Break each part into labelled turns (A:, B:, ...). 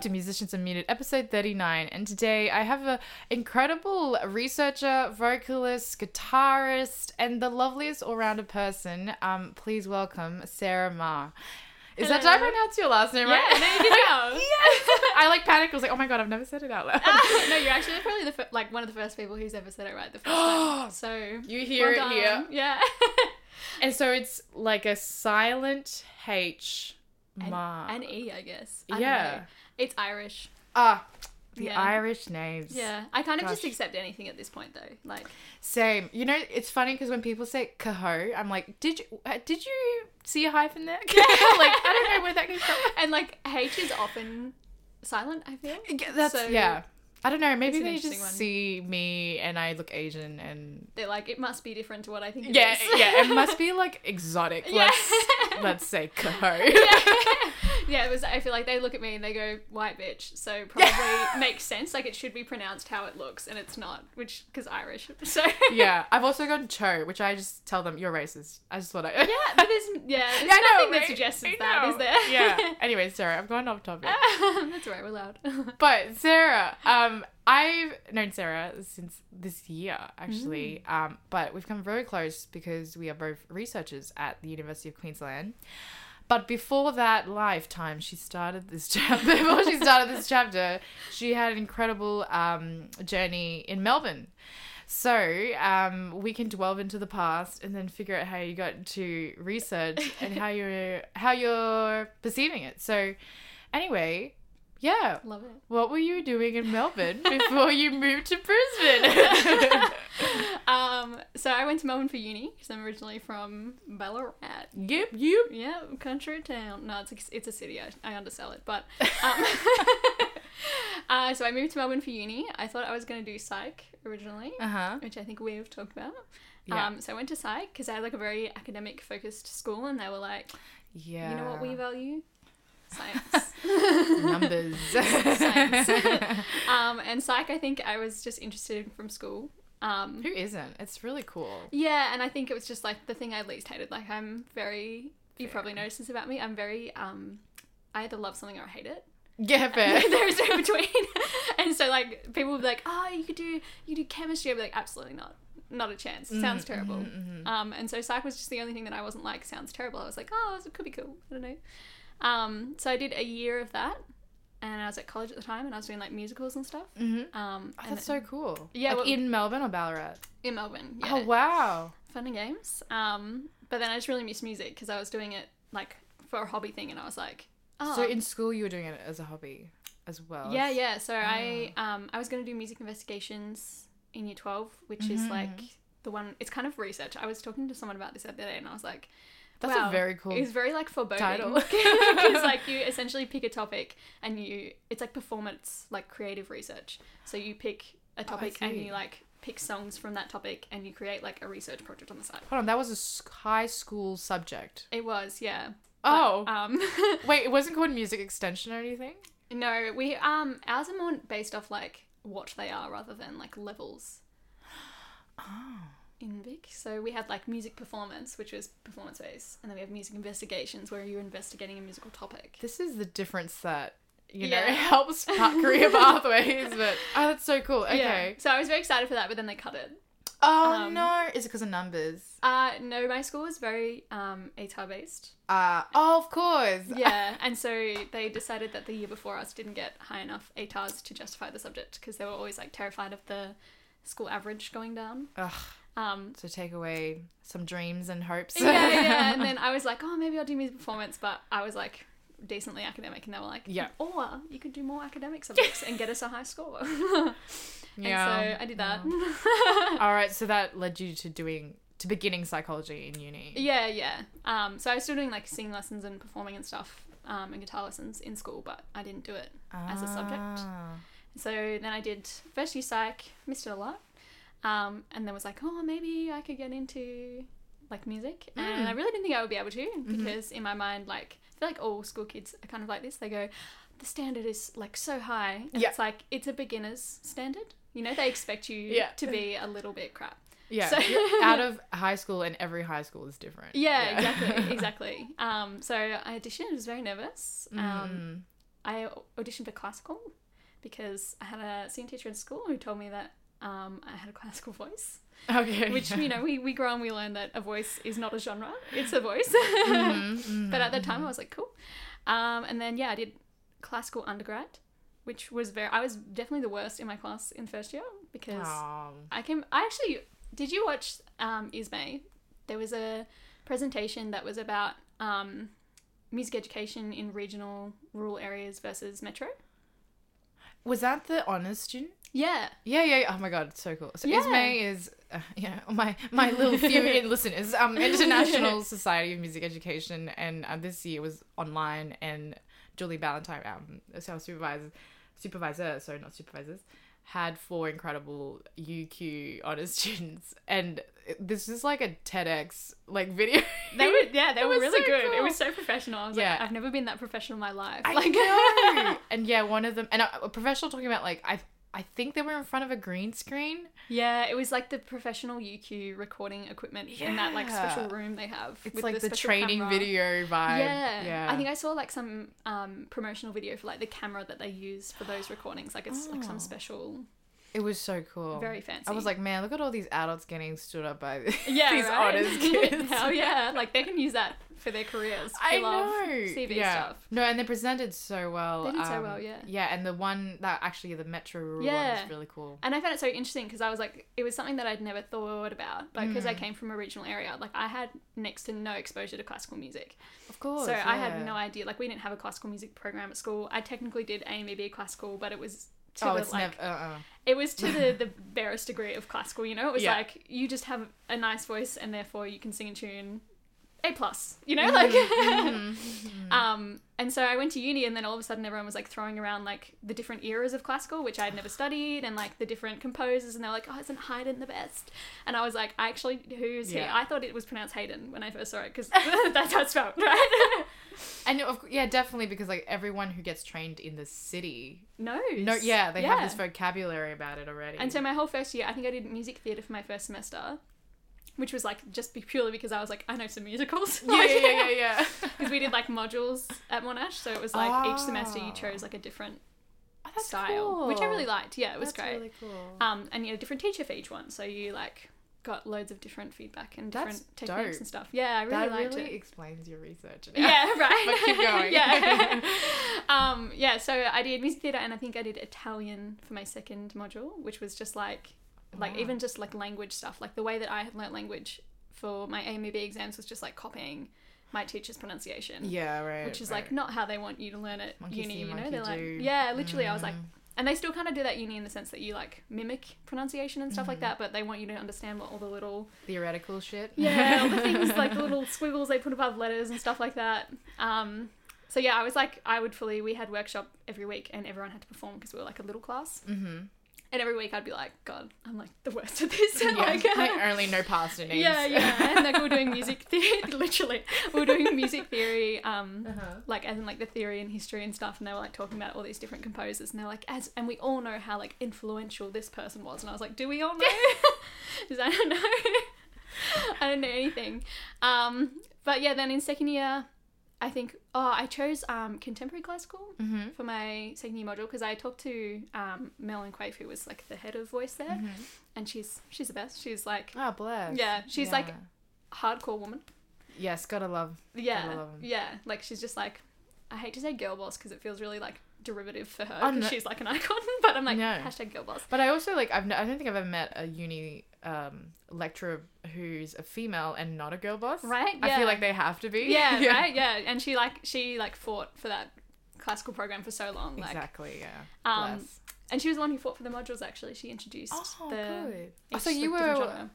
A: to Musicians Unmuted, episode 39. And today I have an incredible researcher, vocalist, guitarist, and the loveliest all rounder person. Um, please welcome Sarah Ma. Is that, did I
B: Hello.
A: pronounce your last name
B: Yeah,
A: right?
B: no, you did well.
A: yes! I like panicked. I was like, oh my god, I've never said it out loud.
B: Ah, no, you're actually probably the fir- like one of the first people who's ever said it right the first time. So
A: You hear
B: well
A: it here.
B: done. Yeah.
A: And so it's like a silent H
B: and,
A: Ma.
B: and E, I guess. I don't
A: yeah.
B: know. It's Irish.
A: Ah, the
B: Yeah.
A: Irish names.
B: Yeah. I kind of just
A: Gosh.
B: accept anything at this point, though. Like,
A: Same. You know, it's funny because when people say coho, I'm like, did you uh, did you see a hyphen there? like, I don't know where that came from.
B: and like H is often silent. I feel.
A: Yeah, That's
B: So-
A: yeah. I don't know. Maybe
B: an
A: they
B: interesting
A: just
B: one.
A: see me and I look Asian and
B: They're like, it must be different to what I think. it is.
A: yeah, yeah. It must be like exotic.
B: Yeah.
A: Let's let's say coho.
B: yeah, it was. I feel like they look at me and they go, "White bitch." So probably makes sense. Like it should be pronounced how it looks, and it's not, which because Irish. So
A: yeah. I've also gone cho, which I just tell them you're racist. I just thought I
B: yeah, but there's yeah, there's
A: I know,
B: nothing that
A: right?
B: suggests
A: I
B: that, is
A: know.
B: there?
A: yeah. Anyway, sorry, I've gone off topic.
B: That's all right. We're loud.
A: But Sarah, um, I've known Sarah since this year, actually. Um, but we've come very close because we are both researchers at the University of Queensland. But before that lifetime, she started this chapter. Before she started this chapter, she had an incredible um, journey in Melbourne. So um, we can delve into the past and then figure out how you got to research and how you're how you're perceiving it. So, anyway, yeah,
B: Love it.
A: what were you doing in Melbourne before you moved to Brisbane?
B: Um, so I went to Melbourne for uni because I'm originally from Ballarat.
A: yep, you.
B: Yeah, country town. No, it's a, it's a city. I, I undersell it, but um, uh, so I moved to Melbourne for uni. I thought I was going to do psych originally,
A: Uh huh.
B: which I think we've talked about.
A: Yeah.
B: Um, so I went to psych because I had like a very academic focused school, and they were like,
A: Yeah.
B: you know what we value? Science.
A: numbers.
B: Science. um, and psych, I think I was just interested in from school. Um,
A: Who isn't? It's really cool.
B: yeah, and I think it was just like the thing I least hated. Like I'm very, you probably noticed this about me. I'm very, um, I either love something or I hate it.
A: Yeah, fair.
B: there is no between. and so like people will be like, oh, you could do you could do chemistry. I'd be like, absolutely not, not a chance.
A: Mm-hmm,
B: Sounds terrible. Um, and so psych was just the only thing that I wasn't like. Sounds terrible. I was like, oh, it could be cool. I don't know. Um, so I did a year of that, and I was at college at the time, and I was doing like musicals and stuff.
A: Mhm.
B: Um,
A: Oh,
B: and
A: that's so cool.
B: Yeah,
A: Like
B: well-
A: in Melbourne or Ballarat?
B: in Melbourne. Yeah.
A: Oh, wow.
B: Fun and games. Um, but then I just really missed music because I was doing it like for a hobby thing, and I was like, oh,
A: So in school, you were doing it as a hobby as well.
B: Yeah, yeah. So I
A: Ah.
B: um I was gonna do music investigations in year twelve, which
A: Mm-hmm.
B: is like the one it's kind of research. I was talking to someone about this the other day and I was like
A: That's a
B: wow,
A: very cool
B: It's very like foreboding.
A: title.
B: Because like you essentially pick a topic and you it's like performance, like creative research. So you pick a topic and
A: Oh, see.
B: you like pick songs from that topic and you create like a research project on the side.
A: Hold on, that was a s- high school subject.
B: It was, yeah.
A: Oh.
B: Um
A: Wait, it wasn't called music extension or anything?
B: No, we um ours are more based off like what they are rather than like levels.
A: Oh.
B: In Vic, so we had like music performance, which was performance based, and then we have music investigations, where you're investigating a musical topic.
A: This is the difference that, you know,
B: Yeah.
A: helps pa- career pathways. But, oh, that's so cool. Okay.
B: So I was very excited for that, but then they cut it.
A: Oh,
B: Um,
A: no. Is it because of numbers?
B: Uh, no, my school was very um ATAR based.
A: Uh, oh, of course.
B: Yeah, and so they decided that the year before us didn't get high enough ATARs to justify the subject because they were always like terrified of the school average going down.
A: Ugh,
B: Um,
A: so take away some dreams and hopes.
B: yeah, yeah. And then I was like, oh, maybe I'll do music performance, but I was like decently academic, and they were like,
A: Yeah.
B: or you could do more academic subjects and get us a high score. And so I did that.
A: All right, so that led you to doing, to beginning psychology in uni.
B: yeah, yeah. Um, so I was still doing like singing lessons and performing and stuff, um, and guitar lessons in school, but I didn't do it as a subject.
A: Ah.
B: So then I did first year psych, missed it a lot, um, and then was like, oh, maybe I could get into like music, and I
A: Hmm.
B: really didn't think I would be able to
A: Mm-hmm.
B: because in my mind, like, I feel like all school kids are kind of like this. They go, the standard is like so high, and
A: Yeah.
B: it's like it's a beginner's standard. You know, they expect you
A: Yeah.
B: to be a little bit crap.
A: Yeah.
B: So-
A: you're out of high school, and every high school is different. Mm-hmm.
B: Yeah, exactly, exactly. Um, so I auditioned. I was very nervous. Um,
A: Mm.
B: I auditioned for classical because I had a singing teacher in school who told me that um, I had a classical voice,
A: Okay.
B: which, you know, we, we grow and we learn that a voice is not a genre, it's a voice.
A: Mm-hmm.
B: but at the time, I was like, cool. Um, and then, yeah, I did classical undergrad, which was very, I was definitely the worst in my class in first year because
A: Um,
B: I came, I actually, did you watch um, Ismay? There was a presentation that was about um, music education in regional rural areas versus metro.
A: was that the honors student?
B: Yeah.
A: Yeah, yeah, yeah. Oh my god, it's so cool. So
B: Yeah.
A: Ismay is, uh, you know, my my little few listeners, um, International Society of Music Education, and uh, this year was online, and Julie Ballantyne, um, so our supervisor, supervisor, sorry, not supervisors, had four incredible UQ honors students, and it- this is like a TEDx like video.
B: They were yeah, they
A: It
B: were
A: was
B: really
A: so
B: good. It
A: cool.
B: was so professional. I was
A: Yeah.
B: like, I've never been that professional in my life.
A: I
B: like
A: know. and yeah, one of them, and uh, a, a professional talking about like I, I think they were in front of a green screen.
B: Yeah, it was like the professional UQ recording equipment in that like special
A: Yeah.
B: room they have.
A: It's
B: with
A: like the,
B: special
A: training
B: camera.
A: video vibe.
B: Yeah.
A: yeah.
B: I think I saw like some um, promotional video for like the camera that they use for those recordings. Like it's like
A: Oh.
B: some special
A: It was so cool.
B: very fancy.
A: I was like, man, look at all these adults getting stood up by
B: yeah,
A: these
B: right?
A: honors kids.
B: Hell yeah. Like they can use that for their careers.
A: I
B: They love
A: know.
B: CV
A: yeah.
B: stuff.
A: No, and they presented so well. um,
B: They did so well, yeah.
A: Yeah, and the one that actually the Metro Rural one
B: Yeah.
A: is really cool.
B: And I found it so interesting because I was like, it was something that I'd never thought about, like because I
A: Mm.
B: came from a regional area, like I had next to no exposure to classical music,
A: Of course.
B: so I had
A: Oh, yeah.
B: no idea. Like we didn't have a classical music program at school. I technically did A and B classical, but it was to
A: Oh,
B: the
A: it's
B: like
A: never. Uh-uh.
B: it was to the the barest degree of classical. You know, it was
A: Yeah.
B: like you just have a nice voice and therefore you can sing a tune. A plus,
A: Mm-hmm.
B: you know, like, um, and so I went to uni, and then all of a sudden, everyone was like throwing around like the different eras of classical, which I'd never studied, and like the different composers, and they're like, "Oh, isn't Haydn the best?" And I was like, "I actually, who's
A: Yeah.
B: he?" I thought it was pronounced Hayden when I first saw it because that's how it's spelled, right?
A: And of, cou- yeah, definitely because like everyone who gets trained in the city,
B: no,
A: no, yeah, they have this vocabulary about it already.
B: And so my whole first year, I think I did music theatre for my first semester, which was like just be purely because I was like, I know some musicals.
A: yeah, yeah, yeah, yeah, yeah.
B: Because we did like modules at Monash, so it was like each semester you
A: Oh.
B: chose like a different
A: Oh, that's
B: style, which I
A: cool.
B: really liked. Yeah, it was
A: That's
B: great.
A: really cool.
B: Um, and you had a different teacher for each one, so you like got loads of different feedback and different
A: That's
B: techniques
A: dope.
B: and stuff. Yeah, I really
A: that
B: liked
A: really
B: it.
A: explains your research. now.
B: Yeah, right.
A: But keep going.
B: yeah. um, yeah, so I did music theatre and I think I did Italian for my second module, which was just like like
A: Wow.
B: even just like language stuff. Like the way that I had learnt language for my AMB exams was just like copying my teacher's pronunciation.
A: Yeah, right.
B: Which is
A: right.
B: like not how they want you to learn at
A: Monkey
B: uni,
A: see,
B: you know?
A: monkey
B: They're like
A: do.
B: Yeah, literally I was like
A: Mm.
B: and they still kind of do that at uni in the sense that you like mimic pronunciation and stuff like
A: Mm.
B: that, but they want you to understand what all the little
A: theoretical shit.
B: yeah, all the things like the little squiggles they put above letters and stuff like that. Um, so yeah, I was like, I would fully. We had workshop every week, and everyone had to perform because we were like a little class.
A: mm-hmm.
B: And every week, I'd be like, God, I'm like the worst at this. And, like,
A: I only know past names.
B: yeah, yeah. And like we were doing music theory, literally, we were doing music theory. Um,
A: Uh-huh.
B: like as in like the theory and history and stuff and they were like talking about all these different composers and they're like as and we all know how like influential this person was and i was like do we all know because i don't know i don't know anything um but yeah then in second year i think oh i chose um contemporary classical
A: Mm-hmm.
B: for my second year module because i talked to um mel and quaife who was like the head of voice
A: Mm-hmm.
B: there and she's she's the best she's like
A: Oh, bless.
B: yeah she's like
A: Yeah.
B: hardcore woman
A: yes, gotta love.
B: yeah,
A: love 'em.
B: yeah. Like she's just like, I hate to say girl boss because it feels really like derivative for her
A: Oh,
B: 'cause
A: no.
B: she's like an icon. But I'm like
A: No.
B: hashtag girl boss.
A: But I also like I've n- I don't think I've ever met a uni um, lecturer who's a female and not a girl boss.
B: Right?
A: I
B: Yeah.
A: feel like they have to be.
B: Yeah, right. Yeah, and she like she like fought for that classical program for so long. Like,
A: Exactly. Yeah.
B: Um,
A: Bless.
B: and she was the one who fought for the modules. Actually, she introduced
A: Oh,
B: the.
A: good.
B: each,
A: so you
B: like, different
A: were
B: genre.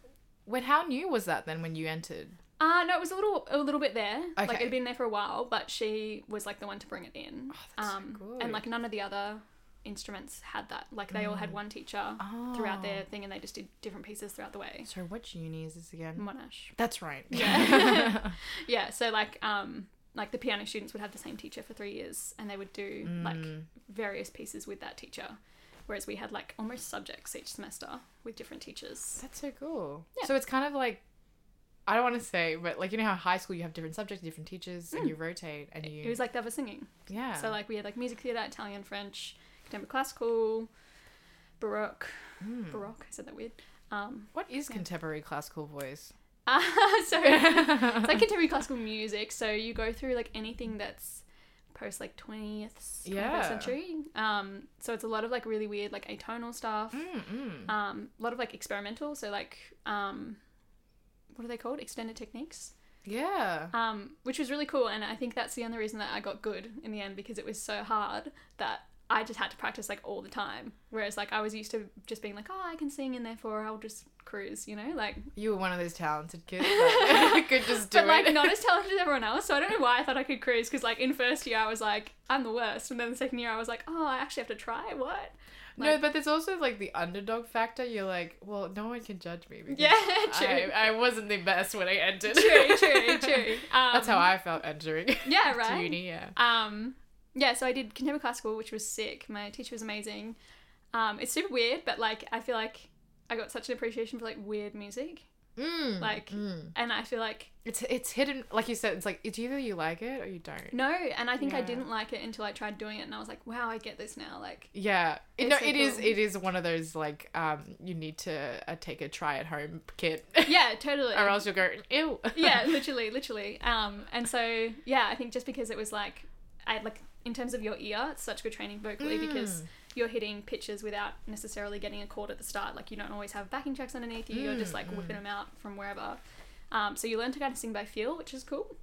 A: when? How new was that then when you entered?
B: Uh, no, it was a little a little bit there.
A: Okay.
B: Like it'd been there for a while, but she was like the one to bring it in. Um,
A: Oh, that's so good.
B: And like none of the other instruments had that. Like they all
A: Mm.
B: had one teacher
A: Oh.
B: throughout their thing, and they just did different pieces throughout the way.
A: So which uni is this again?
B: Monash.
A: That's right.
B: Mm. Yeah. Yeah. So like um like the piano students would have the same teacher for three years, and they would do like
A: Mm.
B: various pieces with that teacher. Whereas we had like almost subjects each semester with different teachers.
A: That's so cool.
B: Yeah.
A: So it's kind of like I don't want to say, but like you know how high school you have different subjects, different teachers, and you rotate, and you
B: Mm. It was like they were singing.
A: yeah.
B: So like we had like music theatre, Italian, French, contemporary classical, baroque.
A: Mm.
B: Baroque. I said that weird. Um,
A: what is contemporary classical voice?
B: uh, so it's like contemporary classical music. So you go through like anything that's post like twentieth
A: Yeah.
B: century. Um, so it's a lot of like really weird like atonal stuff.
A: Mm, mm.
B: Um, a lot of like experimental. So like um, what are they called? Extended techniques.
A: yeah.
B: um, which was really cool. And I think that's the only reason that I got good in the end because it was so hard that I just had to practice like all the time. Whereas like I was used to just being like, oh, I can sing, and therefore I'll just cruise, you know, like,
A: You were one of those talented kids that could just do
B: but like
A: it.
B: not as talented as everyone else. So I don't know why I thought I could cruise because like in first year I was like, I'm the worst, and then the second year I was like, oh, I actually have to try what?
A: no, but there's also like the underdog factor. You're like, well, no one can judge me. Because
B: Yeah, true.
A: I, I wasn't the best when I entered.
B: True, true, true. Um,
A: That's how I felt entering
B: Yeah,
A: to
B: right.
A: uni. Yeah.
B: Um, yeah, so I did contemporary classical, which was sick. My teacher was amazing. Um, it's super weird, but like I feel like I got such an appreciation for like weird music,
A: Mm,
B: Like-
A: mm.
B: and I feel like
A: it's it's hidden. Like you said, it's like it's either you like it or you don't.
B: no, and I think I
A: Yeah.
B: didn't like it until I tried doing it, and I was like, wow, I get this now. Like,
A: Yeah, it,
B: It's
A: no,
B: so
A: it is.
B: cool.
A: It is one of those like um, you need to uh, take a try at home kit,
B: yeah, totally.
A: or else you'll go ew.
B: yeah, literally, literally. Um, and so yeah, I think just because it was like, I had, like in terms of your ear, it's such good training vocally
A: Mm.
B: because you're hitting pitches without necessarily getting a chord at the start. Like you don't always have backing tracks underneath you. You're just like
A: Mm,
B: whipping them out from wherever. Um, so you learn to kind of sing by feel, which is cool.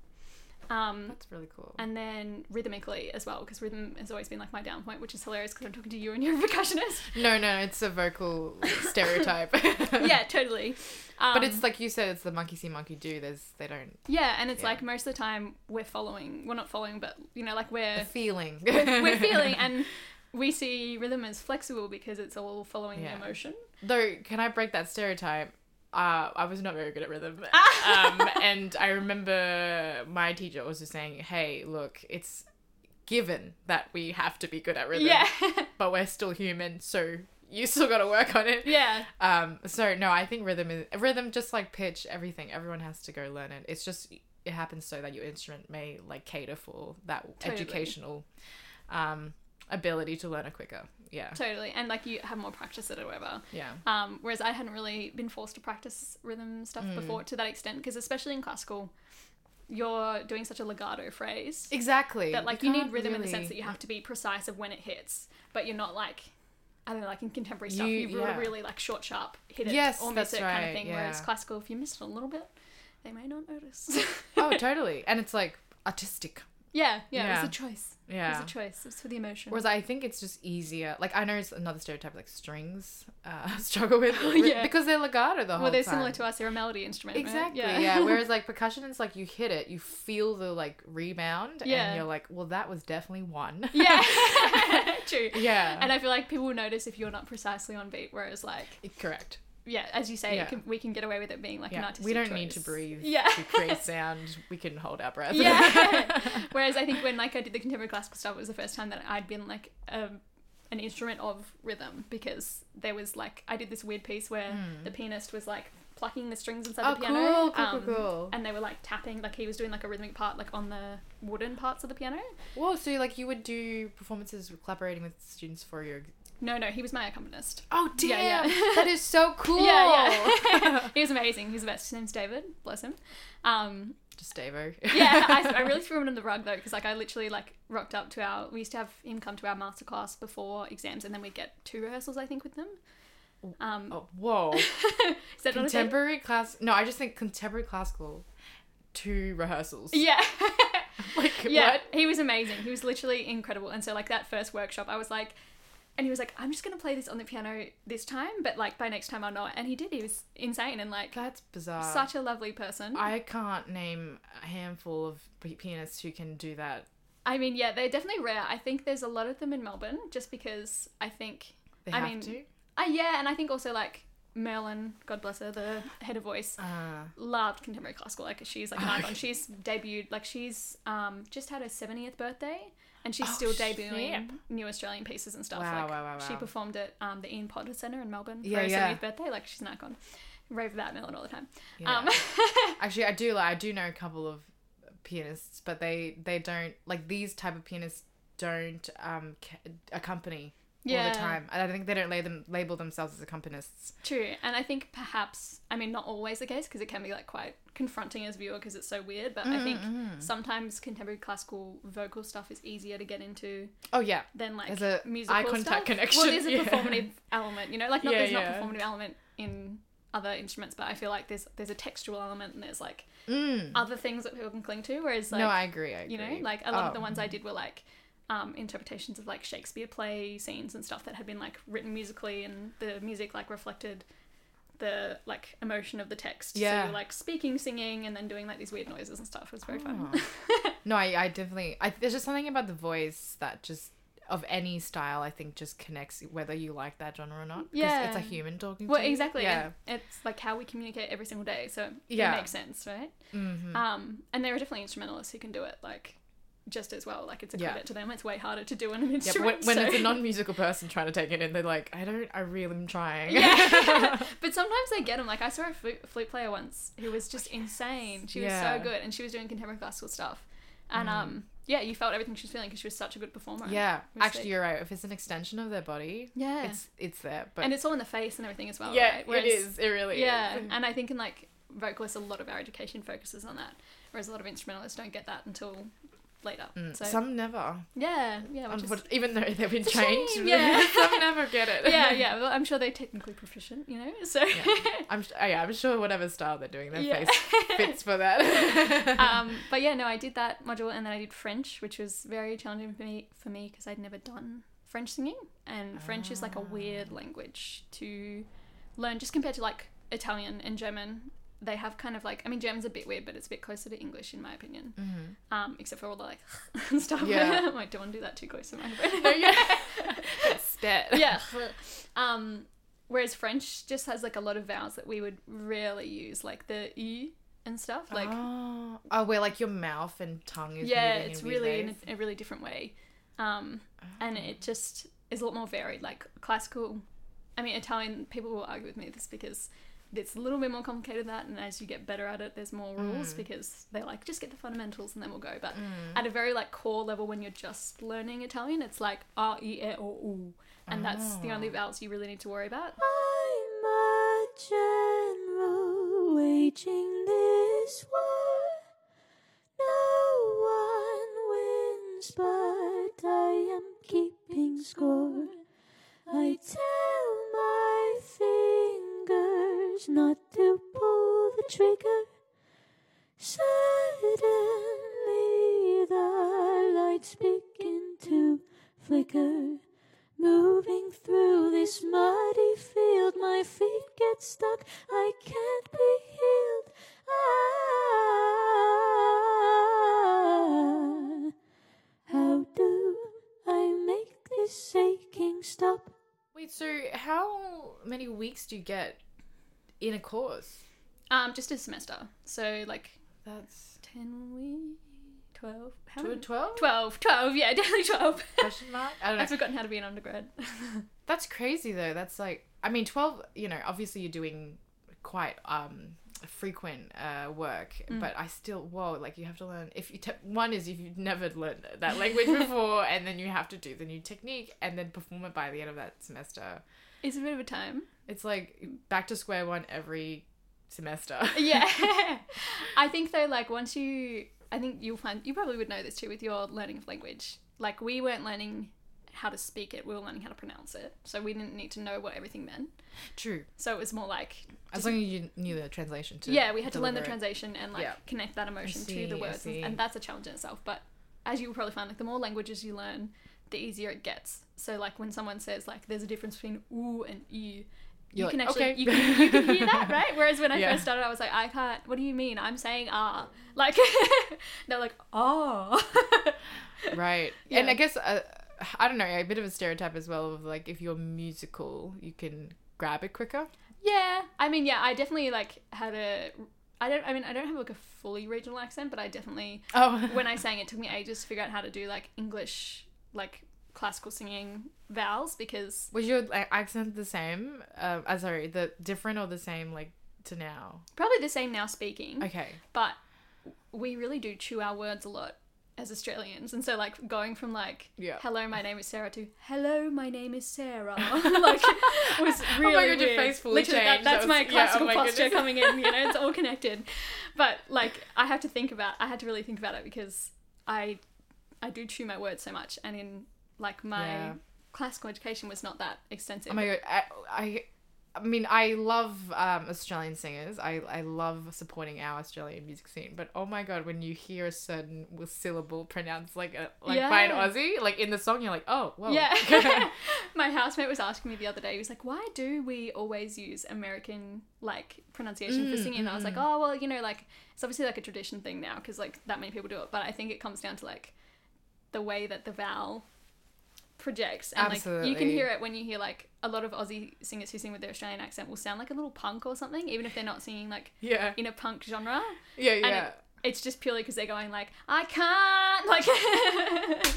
B: Um,
A: Mm. that's really cool.
B: and then rhythmically as well, because rhythm has always been like my down point, which is hilarious because I'm talking to you and you're a percussionist.
A: No, no, it's a vocal stereotype.
B: yeah, totally. Um,
A: but it's like you said, it's the monkey see, monkey do. There's they don't
B: yeah, and it's
A: yeah.
B: like most of the time we're following. We're not following, but you know, like we're
A: the feeling.
B: we're feeling and we see rhythm as flexible because it's all following
A: Yeah.
B: emotion.
A: Though, can I break that stereotype? Uh, I was not very good at rhythm. um, and I remember my teacher also saying, hey, look, it's given that we have to be good at rhythm,
B: Yeah.
A: but we're still human, so you still got to work on it.
B: yeah.
A: Um, so, no, I think rhythm is rhythm, just like pitch, everything, everyone has to go learn it. It's just, it happens so that your instrument may like cater for that
B: Totally.
A: educational um, ability to learn it quicker. Yeah.
B: Totally. And like you have more practice at it or whatever.
A: Yeah.
B: Um, whereas I hadn't really been forced to practice rhythm stuff
A: Mm.
B: before to that extent because especially in classical, you're doing such a legato phrase
A: Exactly.
B: that like you, need
A: can't
B: rhythm in the
A: really-
B: sense that you have to be precise of when it hits, but you're not like I don't know, like in contemporary stuff,
A: You-
B: you, brought
A: yeah.
B: a really like short, sharp hit it
A: Yes,
B: or miss
A: that's
B: it kind of
A: right,
B: thing. Whereas
A: yeah.
B: classical, if you miss it a little bit, they may not notice.
A: oh, totally. And it's like artistic.
B: Yeah, yeah, it
A: Yeah.
B: was a choice. It
A: Yeah.
B: was a choice. It was for the emotion.
A: Whereas I think it's just easier. Like I know it's another stereotype like strings uh, struggle with
B: Oh, yeah.
A: because they're legato the whole
B: well, they're
A: time.
B: similar to us. They're a melody instrument. right?
A: Exactly. Yeah. Whereas like percussion, it's like you hit it, you feel the like rebound,
B: Yeah.
A: and you're like, well, that was definitely one.
B: yeah. True.
A: yeah.
B: And I feel like people will notice if you're not precisely on beat. Whereas, like,
A: Correct.
B: yeah, as you say, it
A: Yeah.
B: can, we can get away with it being like an
A: Yeah.
B: artistic.
A: We don't need
B: choice.
A: to breathe
B: Yeah.
A: to create sound. We can hold our breath.
B: yeah. Whereas I think when like I did the contemporary classical stuff, it was the first time that I'd been like um, an instrument of rhythm because there was like I did this weird piece where the pianist was like plucking the strings inside
A: Hmm. Oh,
B: the piano, Um,
A: cool, cool, cool, cool.
B: and they were like tapping, like he was doing like a rhythmic part like on the wooden parts of the piano.
A: Whoa. So like you would do performances collaborating with students for your.
B: No, no, he was my accompanist.
A: Oh damn!
B: Yeah, yeah.
A: That is so cool.
B: Yeah, yeah. he was amazing. He's the best. His name's David. Bless him. Um,
A: Just Davo.
B: yeah, I, I really threw him under the rug though, because like I literally like rocked up to our. We used to have him come to our masterclass before exams, and then we'd get two rehearsals, I think, with them. Um,
A: Oh, whoa.
B: is that not a thing?
A: Contemporary class. No, I just think contemporary classical. Two rehearsals.
B: Yeah,
A: Like
B: yeah.
A: what?
B: He was amazing. He was literally incredible. And so like that first workshop, I was like, and he was like, I'm just gonna play this on the piano this time, but like by next time I'll know it. And he did. He was insane and like
A: That's bizarre.
B: such a lovely person. I,
A: I can't name a handful of p- pianists who can do that.
B: mean, yeah, they're definitely rare. I think there's a lot of them in Melbourne, just because I think
A: They
B: I
A: have
B: mean,
A: to.
B: Uh, yeah, and I think also like Merlin, God bless her, the head of voice,
A: Uh,
B: loved contemporary classical. Like she's
A: Oh,
B: like an icon. She's debuted like she's um just had her seventieth birthday, and she's
A: Oh,
B: still
A: shit.
B: debuting new Australian pieces and stuff.
A: Wow,
B: like
A: wow, wow,
B: she
A: wow.
B: performed at um the Ian Potter Centre in Melbourne for
A: Yeah,
B: her
A: yeah.
B: seventieth birthday. Like she's an icon. rave about Millen all the time.
A: Yeah.
B: Um,
A: Actually, I do like I do know a couple of pianists, but they they don't like these type of pianists don't um ca- accompany all
B: Yeah.
A: the time. I think they don't lay them label themselves as accompanists.
B: true. And I think perhaps, I mean, not always the case because it can be like quite confronting as a viewer because it's so weird, but
A: Mm-hmm,
B: I think sometimes contemporary classical vocal stuff is easier to get into
A: Oh yeah,
B: than like
A: There's a
B: musical
A: eye contact
B: stuff.
A: connection,
B: Well, there's a
A: yeah.
B: performative element, you know, like not,
A: Yeah,
B: there's
A: yeah.
B: not performative element in other instruments, but I feel like there's there's a textual element and there's like
A: mm.
B: other things that people can cling to. Whereas like
A: no, I agree. I agree.
B: you know, like a lot of the
A: Oh.
B: ones I did were like um, interpretations of like Shakespeare play scenes and stuff that had been like written musically, and the music like reflected the like emotion of the text.
A: Yeah.
B: So you're like speaking, singing, and then doing like these weird noises and stuff. It was very fun.
A: Oh, no, I, I definitely. I, there's just something about the voice that just of any style. I think just connects whether you like that genre or not. 'cause it's a
B: Yeah.
A: human talking.
B: Well,
A: to you.
B: exactly.
A: Yeah.
B: and It's like how we communicate every single day. So
A: Yeah.
B: it makes sense, right?
A: Mm-hmm.
B: Um, and there are definitely instrumentalists who can do it like just as well. Like it's a
A: Yeah.
B: credit to them. It's way harder to do on an
A: Yeah, but when,
B: instrument.
A: when
B: so-
A: it's a non-musical person trying to take it in, they're like, "I don't, I really am trying."
B: Yeah. but sometimes they get them. Like I saw a flute, flute player once who was just insane. She was
A: Oh, Yeah. Mm.
B: so good, and she was doing contemporary classical stuff. And um, yeah, you felt everything she was feeling because she was such a good performer.
A: Yeah,
B: Who's
A: actually,
B: they-
A: you're right. If it's an extension of their body,
B: yeah,
A: it's it's there. But
B: and it's all in the face and everything as well.
A: yeah,
B: right?
A: it
B: Whereas-
A: is. It really
B: Yeah,
A: is.
B: and I think in like vocalists, a lot of our education focuses on that, whereas a lot of instrumentalists don't get that until later.
A: Mm,
B: So
A: some never,
B: yeah, yeah, which is-
A: Unfor- even though they've been
B: a shame,
A: trained.
B: yeah.
A: some never get it.
B: yeah, yeah. Well, I'm sure they're technically proficient, you know. So
A: I'm s- oh, yeah, I'm sure whatever style they're doing, their
B: Yeah.
A: face fits for that.
B: um, but yeah, no, I did that module and then I did French, which was very challenging for me for me because I'd never done French singing, and French is like a weird language to learn just compared to like Italian and German. They have kind of like I mean German's a bit weird, but it's a bit closer to English in my opinion.
A: Mhm.
B: Um, except for all the like and stuff.
A: Yeah.
B: I'm like, don't want to do that too close to my brain.
A: No, yeah. Spit.
B: yeah. Um, whereas French just has like a lot of vowels that we would rarely use, like the u and stuff. Like
A: oh, oh, where like your mouth and tongue is
B: yeah
A: moving
B: it's
A: in
B: really
A: weird
B: in
A: ways.
B: a, a really different way um, and it just is a lot more varied like classical i mean italian people will argue with me this because it's a little bit more complicated than that and as you get better at it there's more rules because they're like just get the fundamentals and then we'll go but at a very like core level when you're just learning italian it's like r e e o u and that's the only vowels you really need to worry about
C: I'm a general waging this war. No one wins, but I am keeping score. I tell my fingers not to pull the trigger. Suddenly the lights begin to flicker. Moving through this muddy field, my feet get stuck. I can't be healed. Ah, how do I make this aching stop?
A: Wait, so how many weeks do you get in a course?
B: um, just a semester so like
A: That's
B: 10 weeks 12 how many-
A: 12? 12?
B: 12 12 yeah definitely 12
A: Question mark? I don't know.
B: I've forgotten how to be an undergrad.
A: That's crazy though. That's like I mean, twelve. You know, obviously you're doing quite um frequent uh work,
B: Mm.
A: but I still whoa. Like you have to learn if you te- one is if you've never learned that language before, and then you have to do the new technique and then perform it by the end of that semester.
B: it's a bit of a time.
A: It's like back to square one every semester.
B: Yeah. I think though, like once you, I think you'll find you probably would know this too with your learning of language. Like we weren't learning how to speak it; we were learning how to pronounce it. So we didn't need to know what everything meant.
A: True.
B: So it was more like,
A: As long as you knew the translation to
B: yeah, we had to learn the
A: deliver it.
B: translation and like
A: Yeah.
B: connect that emotion
A: see,
B: to the
A: I
B: words,
A: see.
B: and, and that's a challenge in itself. But as you will probably find, like the more languages you learn, the easier it gets. So like when someone says like there's a difference between ooh and ew, you
A: You're
B: can
A: like,
B: actually
A: "Okay."
B: you, can, you can hear that right whereas when i
A: Yeah.
B: first started i was like i can't what do you mean i'm saying ah like they're like oh
A: right and
B: Yeah.
A: i guess uh, i don't know a bit of a stereotype as well of like if you're musical you can grab it quicker
B: yeah i mean yeah i definitely like had a i don't i mean i don't have like a fully regional accent but i definitely
A: oh
B: when i sang it, it took me ages to figure out how to do like english like classical singing vowels because
A: Um, was your like, accent the same uh, uh, sorry the different or the same like to now?
B: Probably the same now speaking,
A: Okay.
B: but we really do chew our words a lot as Australians. And so, like, going from like,
A: Yeah.
B: hello, my name is Sarah to hello, my name is Sarah, like, oh was really.
A: God, your
B: weird.
A: face fully
B: Literally, that-
A: changed.
B: that's
A: That
B: my
A: was- yeah, oh
B: classical
A: my
B: posture
A: goodness.
B: coming in, you know, it's all connected. But, like, I have to think about I had to really think about it because I, I do chew my words so much. And in, like, my
A: Yeah.
B: classical education was not that extensive.
A: Oh my god. I, I, I mean, I love um, Australian singers. I, I love supporting our Australian music scene. But oh my god, when you hear a certain syllable pronounced like a, like by an
B: Yeah.
A: Aussie, like in the song, you're like, oh, whoa.
B: Yeah. My housemate was asking me the other day, he was like, Why do we always use American like pronunciation
A: Mm,
B: for singing? And I was like, Oh, well, you know, like it's obviously like a tradition thing now because like that many people do it. But I think it comes down to like the way that the vowel projects. And like you can
A: Absolutely.
B: hear it when you hear like a lot of Aussie singers who sing with their Australian accent will sound like a little punk or something, even if they're not singing like
A: yeah.
B: in a punk genre.
A: Yeah,
B: And
A: yeah.
B: it, it's just purely because they're going like, I can't, like,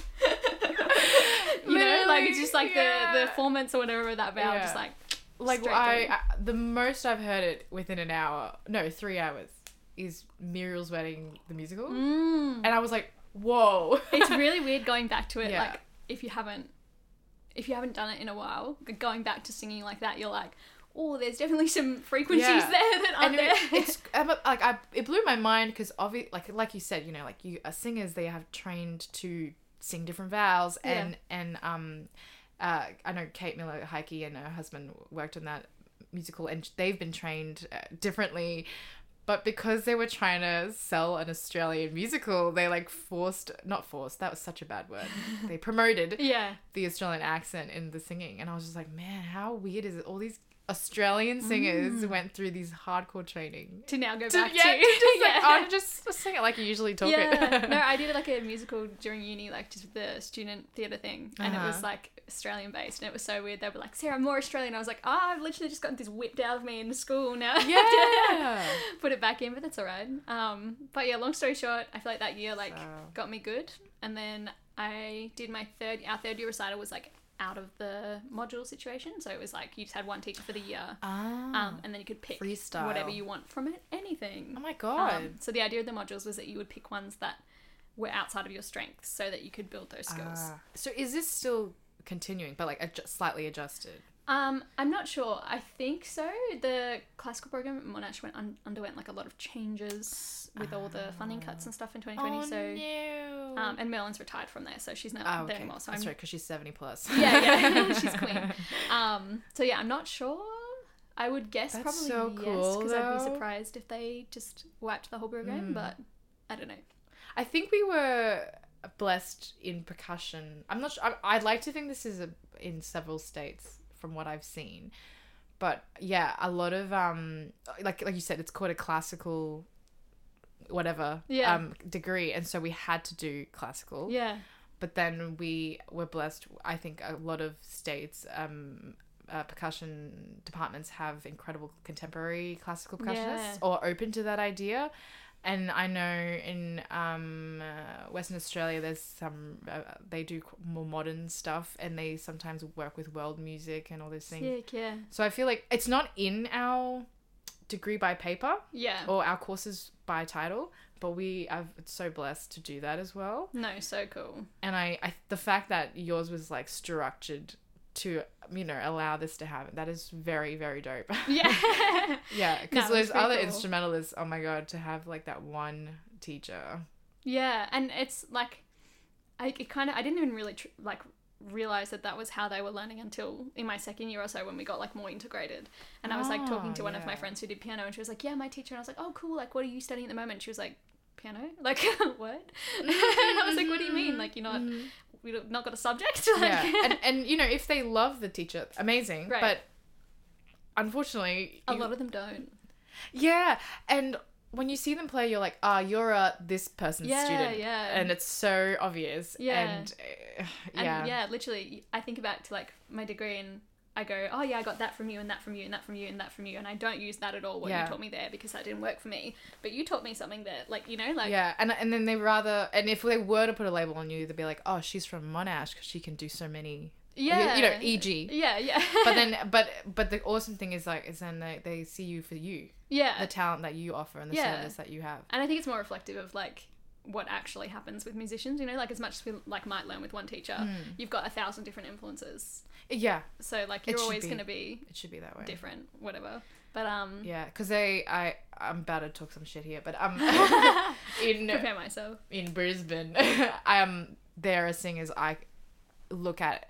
B: you know, like it's just like the
A: Literally,
B: the
A: yeah.
B: formants or whatever of that vowel, just
A: Yeah.
B: like,
A: like
B: straight
A: I,
B: through.
A: I the most I've heard it within an hour, no, three hours, is Muriel's Wedding the musical,
B: mm.
A: and I was like, whoa,
B: it's really weird going back to it.
A: Yeah.
B: Like if you haven't, if you haven't done it in a while, g- going back to singing like that, you're like, oh, there's definitely some frequencies
A: Yeah.
B: there that aren't
A: and it,
B: there.
A: it's I'm a- like I it blew my mind because obviously like like you said you know like you uh, singers they have trained to sing different vowels
B: Yeah.
A: and and um uh, I know Kate Miller Heike and her husband worked on that musical and they've been trained uh, differently but because they were trying to sell an Australian musical they like forced not forced that was such a bad word they promoted
B: yeah,
A: the Australian accent in the singing. And I was just like, man, how weird is it? All these Australian
B: Mm.
A: singers went through these hardcore training.
B: to now go
A: To, yeah,
B: back
A: to just
B: to,
A: like, oh,
B: yeah.
A: just, just sing it like you usually talk
B: yeah.
A: it.
B: no, I did like a musical during uni, like just with the student theatre thing, and it was
A: Uh-huh.
B: like Australian based, and it was so weird. They were like, "Sarah, I'm more Australian." I was like, "Ah, I've literally just gotten this whipped out of me in school now."
A: yeah.
B: put it back in, but that's all right. Um, but yeah, long story short, I feel like that year like
A: So-
B: got me good, and then I did my third. Our third year recital was like out of the module situation, so it was like you just had one teacher for the year,
A: Ah.
B: um, and then you could pick
A: Freestyle.
B: whatever you want from it, anything.
A: oh my god.
B: Um, so the idea of the modules was that you would pick ones that were outside of your strengths so that you could build those skills.
A: Ah. so is this still continuing, but like adju- slightly adjusted?
B: Um, I'm not sure. I think so. The classical program at Monash went un- underwent like a lot of changes with all the funding cuts and stuff in 2020. so
A: Oh, no.
B: um, and Merlin's retired from there, so she's not
A: oh, okay.
B: there anymore. So I'm
A: That's right, because she's 70 plus.
B: yeah, yeah, she's queen. Um, so yeah, I'm not sure. I would guess
A: That's
B: probably
A: so
B: yes,
A: cool,
B: because I'd be
A: though. Hmm.
B: surprised if they just wiped the whole program. But I don't know.
A: I think we were blessed in percussion. I'm not sure. I, I'd like to think this is a, in several states from what I've seen. But yeah, a lot of um, like like you said, it's called a classical, whatever
B: Yeah.
A: um degree, and so we had to do classical.
B: Yeah,
A: But then we were blessed. I think a lot of states um. Uh, percussion departments have incredible contemporary classical percussionists
B: Yeah.
A: or open to that idea and I know in um, uh, Western Australia, there's some uh, they do qu- more modern stuff, and they sometimes work with world music and all those things.
B: sick. Yeah,
A: So I feel like it's not in our degree by paper
B: yeah.
A: or our courses by title, but we are so blessed to do that as well.
B: No, so cool.
A: And I, I the fact that yours was like structured to you know allow this to happen, that is very very dope.
B: Yeah.
A: yeah,
B: No,
A: because
B: it was
A: those
B: pretty
A: other
B: cool.
A: instrumentalists, oh my god, to have like that one teacher.
B: Yeah, and it's like, I it kind of I didn't even really tr- like realize that that was how they were learning until in my second year or so when we got like more integrated. And I was like talking
A: Ah,
B: to one of my
A: yeah.
B: friends who did piano, and she was like, "Yeah, my teacher." And I was like, "Oh, cool. Like, what are you studying at the moment?" She was like, "Piano." Like, what? I was like, "What do you mean? Like, you're not we don't not got a subject?" Like,
A: Mm-hmm. yeah and, and you know if they love the teacher amazing
B: Right.
A: but unfortunately
B: a
A: you-
B: lot of them don't.
A: yeah and when you see them play you're like ah you're a this person's
B: Yeah,
A: student
B: yeah.
A: and it's so obvious
B: Yeah.
A: and uh,
B: And
A: yeah
B: yeah. literally, I think back to like my degree and I go, oh yeah, I got that from you and that from you and that from you and that from you. And I don't use that at all what
A: Yeah.
B: you taught me there because that didn't work for me. But you taught me something that, like, you know, like,
A: yeah, and and then they rather and if they were to put a label on you, they'd be like, "Oh, she's from Monash because she can do so many, you-
B: yeah.
A: you know, E e.g."
B: Yeah, yeah.
A: But then, but but the awesome thing is like is then they, they see you for you,
B: yeah.
A: the talent that you offer and the
B: Uh, Yeah.
A: service that you have.
B: And I think it's more reflective of like what actually happens with musicians. You know, like as much as we like might learn with one teacher, you've got a thousand different influences.
A: Yeah,
B: So like
A: Hmm. It
B: you're
A: should
B: always
A: be.
B: going to be
A: it should be that way.
B: different, whatever. But um,
A: Yeah, because they, I, I'm about to talk some shit here, but um, in
B: prepare myself.
A: in Brisbane, um, there are singers I look at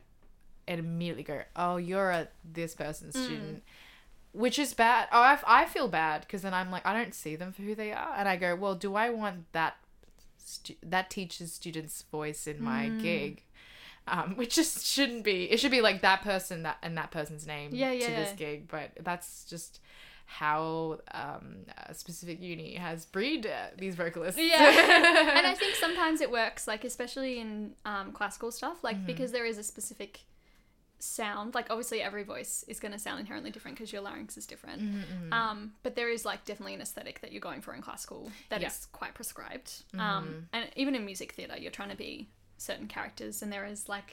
A: and immediately go, oh, you're a this person's
B: Mm.
A: student, which is bad. Oh, I, f- I feel bad because then I'm like, I don't see them for who they are, and I go, well, do I want that stu- that teacher's student's voice in my
B: Mm.
A: gig? Um, which just shouldn't be. It should be like that person that and that person's name
B: Yeah,
A: to
B: yeah,
A: this
B: yeah.
A: gig, but that's just how um, a specific uni has breed uh, these vocalists.
B: Yeah. and I think sometimes it works, like especially in um, classical stuff,
A: Mm-hmm.
B: like because there is a specific sound. Like obviously, every voice is going to sound inherently different because your larynx is different.
A: Mm-hmm,
B: Um, but there is like definitely an aesthetic that you're going for in classical that is
A: Yeah. Mm-hmm.
B: quite prescribed. Um, and even in music theater, you're trying to be certain characters, and there is like.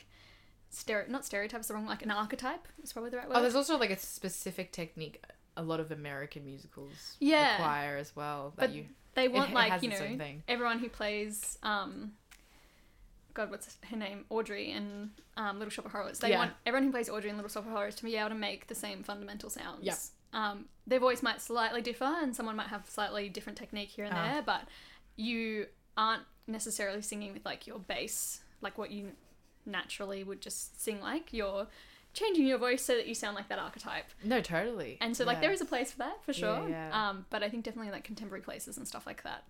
B: Stere- not stereotypes, the wrong like an archetype is probably the right word.
A: oh, there's also like a specific technique. A lot of American musicals
B: Yeah.
A: require as well that
B: But
A: you.
B: they want
A: it
B: like
A: has
B: you
A: its
B: know
A: own thing.
B: everyone who plays um god what's her name audrey and um, little shop of horrors they
A: Yeah.
B: want everyone who plays audrey and little shop of horrors to be able to make the same fundamental sounds
A: Yep.
B: um, their voice might slightly differ and someone might have slightly different technique here and
A: Ah.
B: there but you aren't necessarily singing with like your bass like what you naturally would just sing like you're changing your voice so that you sound like that archetype
A: No, totally.
B: and so, like,
A: Yeah.
B: there is a place for that for
A: Yeah,
B: sure.
A: yeah.
B: Um, but I think definitely in, like contemporary places and stuff like that,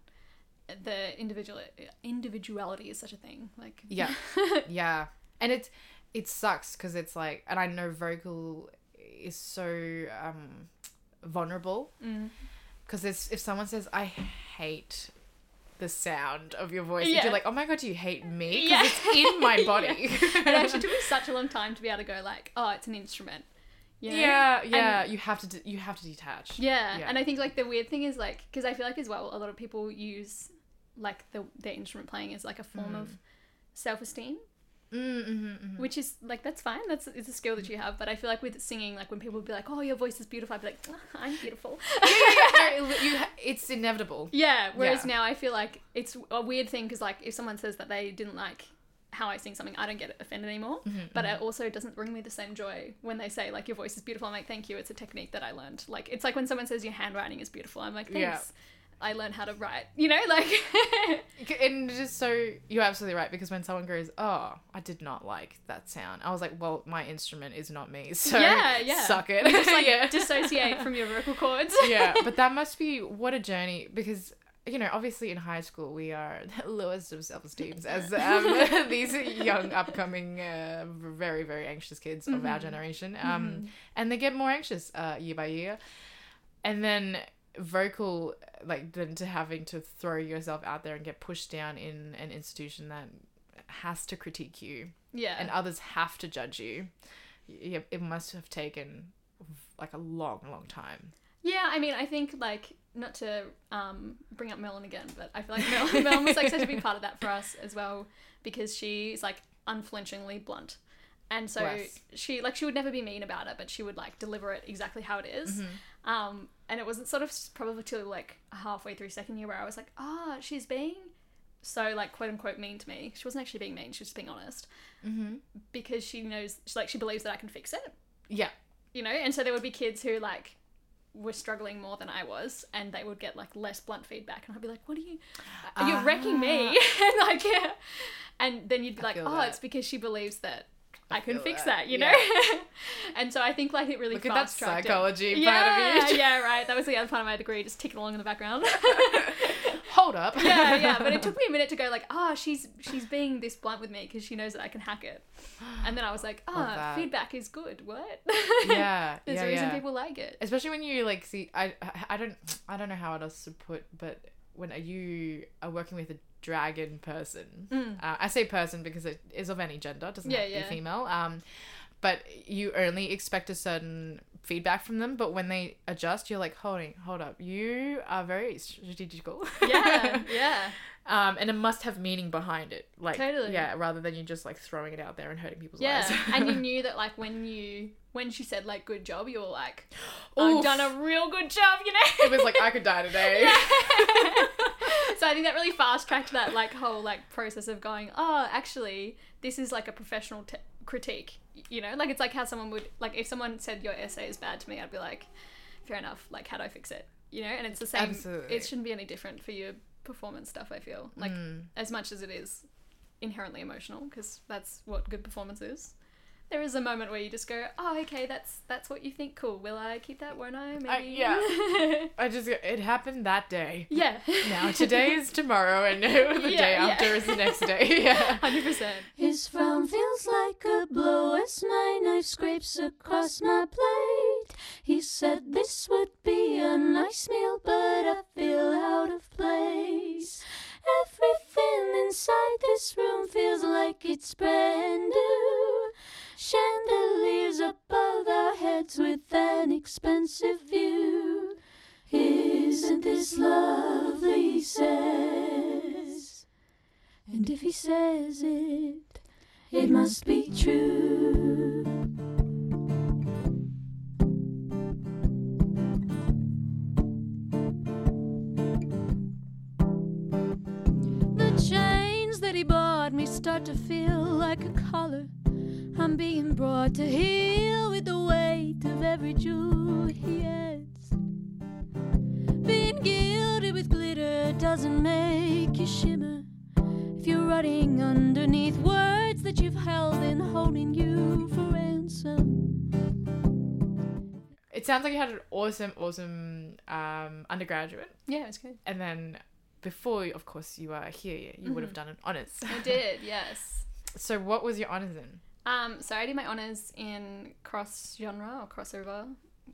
B: the individual individuality is such a thing. Like,
A: Yeah, yeah, and it's it sucks because it's like, and I know vocal is so um vulnerable
B: Mm.
A: because if someone says I hate the sound of your voice,
B: Yeah.
A: you're like, oh my god, you hate me because
B: Yeah.
A: it's in my
B: Yeah.
A: body.
B: it actually took me such a long time to be able to go like, oh, it's an instrument. you know?
A: Yeah, yeah. you have to d- you have to detach.
B: yeah,
A: Yeah.
B: And I think like the weird thing is like because I feel like as well a lot of people use like the their instrument playing as like a form of self esteem.
A: Mm. Mm-hmm.
B: Which is like that's fine. That's it's a skill that you have. But I feel like with singing, like when people would be like, "Oh, your voice is beautiful," I'd be like, "I'm beautiful."
A: you, ha- it's inevitable.
B: Yeah. Whereas
A: Yeah.
B: now I feel like it's a weird thing because like if someone says that they didn't like how I sing something, I don't get offended anymore.
A: Mm-hmm,
B: But it also doesn't bring me the same joy when they say like your voice is beautiful. I'm like, thank you. It's a technique that I learned. Like it's like when someone says your handwriting is beautiful. I'm like, thanks.
A: Yeah.
B: I learned how to write. You know, like
A: C- And just so you're absolutely right because when someone goes, "Oh, I did not like that sound," I was like, "Well, my instrument is not me, so
B: Yeah, yeah.
A: suck it."
B: just like
A: yeah.
B: dissociate from your vocal cords.
A: yeah, but that must be what a journey because you know, obviously in high school we are the lowest of self esteems as um, these young, upcoming, uh, very, very anxious kids of our generation, um, and they get more anxious uh, year by year, and then vocal like then to having to throw yourself out there and get pushed down in an institution that has to critique you
B: yeah.
A: and others have to judge you. Yeah, it must have taken like a long, long time.
B: Yeah, I mean, I think like not to um, bring up Melon again, but I feel like Melon, Melon was like such a big part of that for us as well because she's like unflinchingly blunt, and so
A: Bless.
B: she like she would never be mean about it, but she would like deliver it exactly how it is. Um, and it wasn't sort of s- probably till like halfway through second year where I was like, ah, she's being so like quote unquote mean to me. She wasn't actually being mean; she was just being honest
A: Mm-hmm.
B: because she knows she like she believes that I can fix it
A: Yeah.
B: you know and so there would be kids who like were struggling more than I was and they would get like less blunt feedback and I'd be like what are you you're wrecking me and like yeah. and then you'd be
A: Ah. I
B: like oh
A: feel that.
B: it's because she believes that I, can
A: feel
B: fix
A: that,
B: that, you know and so I think like it really
A: Look at that
B: fast-tracked it.
A: psychology
B: yeah,
A: part of you.
B: yeah right that was the other part of my degree just ticking along in the background
A: Hold up.
B: yeah yeah but it took me a minute to go like oh she's she's being this blunt with me because she knows that I can hack it and then I was like oh
A: that.
B: feedback is good what
A: yeah.
B: There's
A: yeah,
B: a reason
A: yeah.
B: people like it.
A: Especially when you like see, I, I- I don't, I don't know how else to put, but when you are working with a dragon person, uh, I say person because it is of any gender, doesn't
B: Mm. Yeah,
A: have to
B: yeah.
A: be female. Um, but you only expect a certain feedback from them. But when they adjust, you're like, holding, hold up, you are very strategical.
B: yeah, yeah.
A: um, and it must have meaning behind it. Like,
B: Totally.
A: yeah, rather than you just like throwing it out there and hurting people's
B: Yeah,
A: lives.
B: and you knew that like when you when she said like good job, you were like,
A: Oof.
B: I've done a real good job, you know.
A: it was like I could die today.
B: so I think that really fast tracked that like whole like process of going, oh, actually, this is like a professional t- critique, y- you know. Like it's like how someone would like if someone said your essay is bad to me, I'd be like, fair enough. Like how do I fix it, you know? And it's the same.
A: Absolutely. Hmm.
B: It shouldn't be any different for your performance stuff. I feel like as much as it is inherently emotional because that's what good performance is. There is a moment where you just go, "Oh, okay, that's that's what you think. Cool. Will I keep that? Won't I? Maybe." yeah.
A: I just it happened that day.
B: yeah.
A: Now today is tomorrow, and the
B: Yeah,
A: day
B: yeah.
A: after is the next day. Yeah.
B: Hundred percent.
C: His frown feels like a blow as my knife scrapes across my plate. He said this would be a nice meal, but I feel out of place. Everything inside this room feels like it's brand new. Chandeliers above our heads with an expensive view. Isn't this lovely? He says. And if he says it, it must be true. The chains that he bought me start to feel like a collar. I'm being brought to heel with the weight of every jewel he adds. Being gilded with glitter doesn't make you shimmer. If you're rotting underneath words that you've held in holding you for ransom.
A: It sounds like you had an awesome, awesome um, undergraduate,
B: Yeah, it's good.
A: and then before, of course, you are here. You would have done an honors.
B: Mm-hmm. I did, yes.
A: So, what was your honors in?
B: Um, so I did my honors in cross genre or crossover,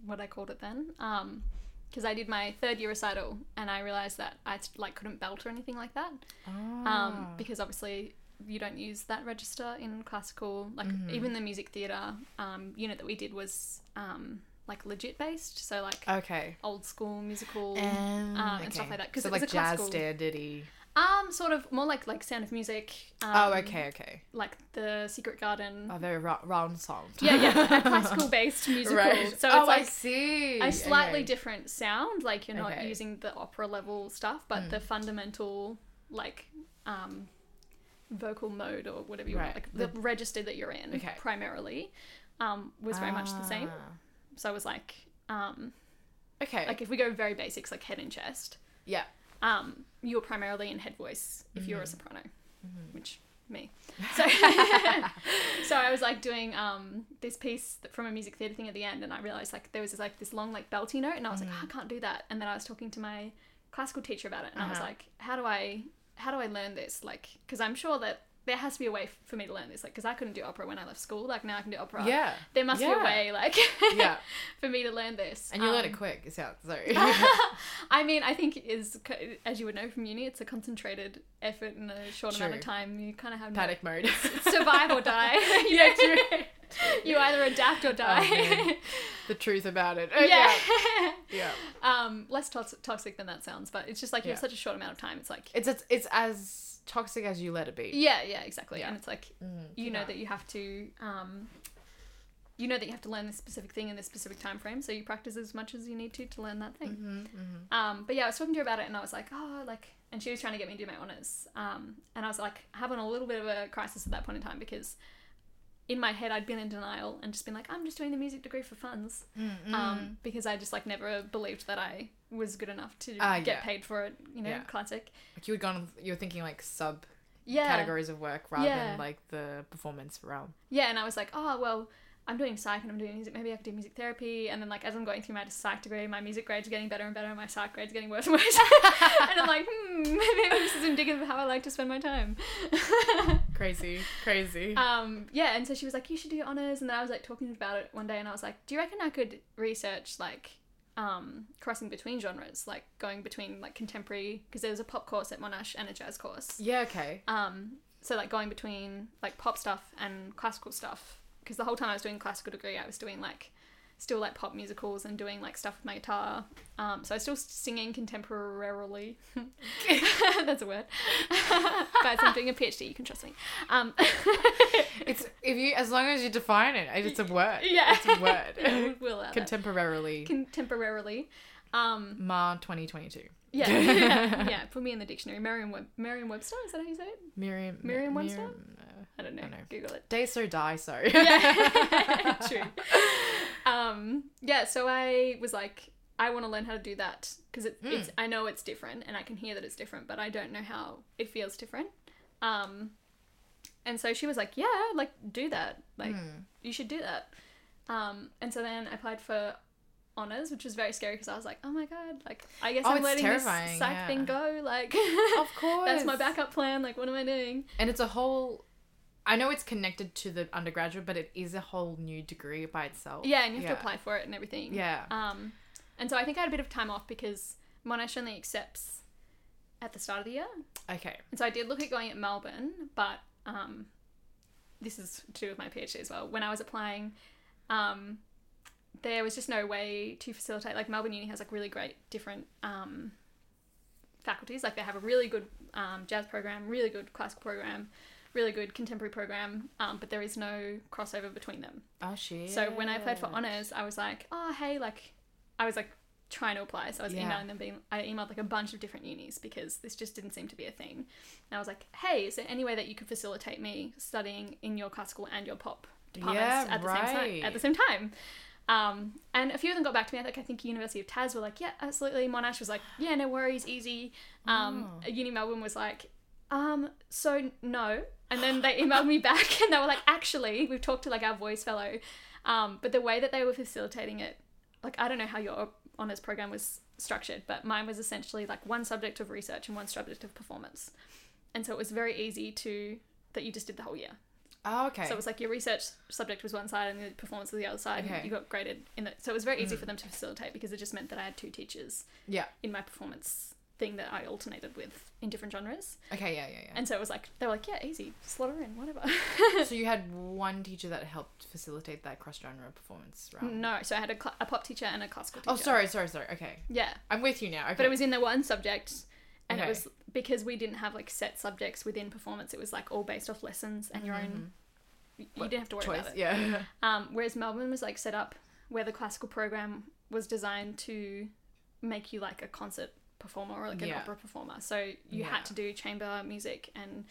B: what I called it then. Um, because I did my third year recital and I realized that I like couldn't belt or anything like that. Um, because obviously you don't use that register in classical. Like even the music theater um unit that we did was um like legit based, so like
A: Ah, okay.
B: old school musical.
A: Um,
B: Oh. and stuff like that, 'cause
A: so
B: it was
A: like
B: a
A: jazz
B: classical-
A: standardy.
B: um, sort of more like like Sound of Music. Um,
A: Oh, okay, okay.
B: Like the Secret Garden.
A: Oh, very ra- round sound.
B: Yeah, yeah, a classical based musical.
A: right.
B: So it's
A: oh, I
B: like
A: see.
B: a slightly
A: Okay.
B: different sound. Like you're not
A: Okay. Mm.
B: using the opera level stuff, but the fundamental like um, vocal mode or whatever you
A: Right.
B: want, like the, register that you're in
A: Okay.
B: primarily, um, was very much the same.
A: Ah.
B: So I was like, um,
A: Okay.
B: like if we go very basics, like head and chest,
A: yeah.
B: um, you're primarily in head voice if you're a
A: Mm-hmm.
B: soprano, which me. So, so I was like doing um, this piece that- from a music theater thing at the end, and I realized like there was this, like this long like belty note, and I was like,
A: Mm.
B: "Oh, I can't do that. And then I was talking to my classical teacher about it, and I was
A: Uh-huh.
B: like, how do I how do I learn this? Like, because I'm sure that there has to be a way f- for me to learn this, like, because I couldn't do opera when I left school. Like now I can do opera.
A: Yeah.
B: There must be
A: Yeah.
B: a way, like,
A: Yeah.
B: for me to learn this.
A: And you learn
B: Um,
A: it quick. It sounds sorry.
B: I mean, I think it is as you would know from uni, it's a concentrated effort in a short amount of
A: True.
B: time. You kind of have no-
A: Panic mode.
B: survive or die. You
A: Yeah, Oh,
B: know? You either adapt or die.
A: man. the truth about it.
B: yeah.
A: Yeah.
B: Um, less tox- toxic than that sounds, but it's just like you
A: Yeah.
B: have such a short amount of time. It's like
A: It's, it's it's as toxic as you let it be.
B: yeah, yeah, exactly.
A: Yeah. Mm-hmm.
B: And it's like you know that you have to um, you know that you have to learn this specific thing in this specific time frame, so you practice as much as you need to to learn that thing.
A: Mm,
B: Um, but yeah, I was talking to her about it, and I was like, oh, like, and she was trying to get me to do my honors, um, and I was like having a little bit of a crisis at that point in time because in my head I'd been in denial and just been like, I'm just doing the music degree for funds,
A: mm,
B: um, because I just like never believed that I was good enough to
A: Ah,
B: get
A: yeah.
B: paid for it, you know,
A: Yeah.
B: classic.
A: Like you would gone. You were thinking like sub
B: Yeah.
A: categories of work rather
B: Yeah.
A: than like the performance realm.
B: yeah and i was like oh well i'm doing psych and i'm doing music maybe i could do music therapy and then like as i'm going through my psych degree my music grades are getting better and better and my psych grades are getting worse and worse and i'm like hmm maybe this is indicative of how i like to spend my time
A: Crazy, crazy.
B: um yeah and so she was like you should do your honors and then i was like talking about it one day and i was like do you reckon i could research like um crossing between genres like going between like contemporary because there was a pop course at monash and a jazz course
A: yeah. Okay.
B: um so like going between like pop stuff and classical stuff because the whole time I was doing classical degree, I was doing like still like pop musicals and doing like stuff with my guitar. Um, so I was still singing contemporarily. That's a word. Guys, I'm doing a PhD. You can trust me. Um,
A: It's if you as long as you define it, it's a word.
B: yeah,
A: it's a word.
B: Yeah, we'll- we'll allow that.
A: Contemporarily,
B: Contemporarily. Um,
A: Ma 2022.
B: yeah, yeah, yeah, Put me in the dictionary. Merriam Web- Merriam Webster. Is that how you say it?
A: Miriam.
B: Merriam Webster?
A: Miriam, uh,
B: I don't know.
A: I don't know.
B: Google it.
A: Day so die so.
B: Yeah, true. Um, yeah. So I was like, I want to learn how to do that because it, it's.
A: Hmm.
B: I know it's different, and I can hear that it's different, but I don't know how it feels different. Um, and so she was like, "Yeah, like do that. Like
A: Hmm.
B: you should do that." Um, and so then I applied for honors, which was very scary because I was like, "Oh my god! Like I guess
A: Oh,
B: I'm
A: it's
B: letting this
A: terrifying,
B: psych
A: yeah.
B: thing go. Like
A: Of course.
B: that's my backup plan. Like what am I doing?
A: And it's a whole. I know it's connected to the undergraduate, but it is a whole new degree by itself.
B: Yeah, and you have
A: Yeah.
B: to apply for it and everything.
A: Yeah.
B: Um, and so I think I had a bit of time off because Monash only accepts at the start of the year.
A: Okay.
B: And so I did look at going at Melbourne, but um, this is to do with my PhD as well. When I was applying, um, there was just no way to facilitate. Like Melbourne Uni has like really great different um, faculties. Like they have a really good um, jazz program, really good classical program, really good contemporary program, um, but there is no crossover between them.
A: Oh shit.
B: So when I applied for honors, I was like, oh hey, like I was like trying to apply. So I was
A: Yeah.
B: emailing them, being I emailed like a bunch of different unis because this just didn't seem to be a thing. And I was like, hey, is there any way that you could facilitate me studying in your classical and your pop departments
A: Yeah,
B: at the same time? At the
A: right.
B: same time. Um, and a few of them got back to me. Like I think University of Tas were like, yeah, absolutely. Monash was like, yeah, no worries, easy. Um,
A: Ah.
B: Uni Melbourne was like, um, so no. And then they emailed me back and they were like, actually, we've talked to like our voice fellow. Um, but the way that they were facilitating it, like, I don't know how your honours program was structured, but mine was essentially like one subject of research and one subject of performance. And so it was very easy to, that you just did the whole year.
A: Oh okay.
B: So it was like your research subject was one side and the performance was the other side.
A: Okay. Mm.
B: And you got graded in that. So it was very easy for them to facilitate because it just meant that I had two teachers
A: yeah.
B: in my performance thing that I alternated with in different genres.
A: Okay. Yeah. Yeah.
B: And so it was like, they were like, yeah, easy, slot her in, whatever.
A: Yeah. so you had one teacher that helped facilitate that cross genre performance round.
B: no, so I had a, cl- a pop teacher and a classical teacher.
A: Oh sorry, sorry, sorry. Okay.
B: Yeah.
A: I'm with you now. Okay.
B: But it was in the one subject. And
A: Okay.
B: it was because we didn't have like set subjects within performance, it was like all based off lessons and your own. You
A: What-
B: didn't have to worry
A: Mm-hmm. choice.
B: about it.
A: Yeah.
B: Um, whereas Melbourne was like set up where the classical program was designed to make you like a concert performer or like an
A: Yeah.
B: opera performer. So you
A: Yeah.
B: had to do chamber music and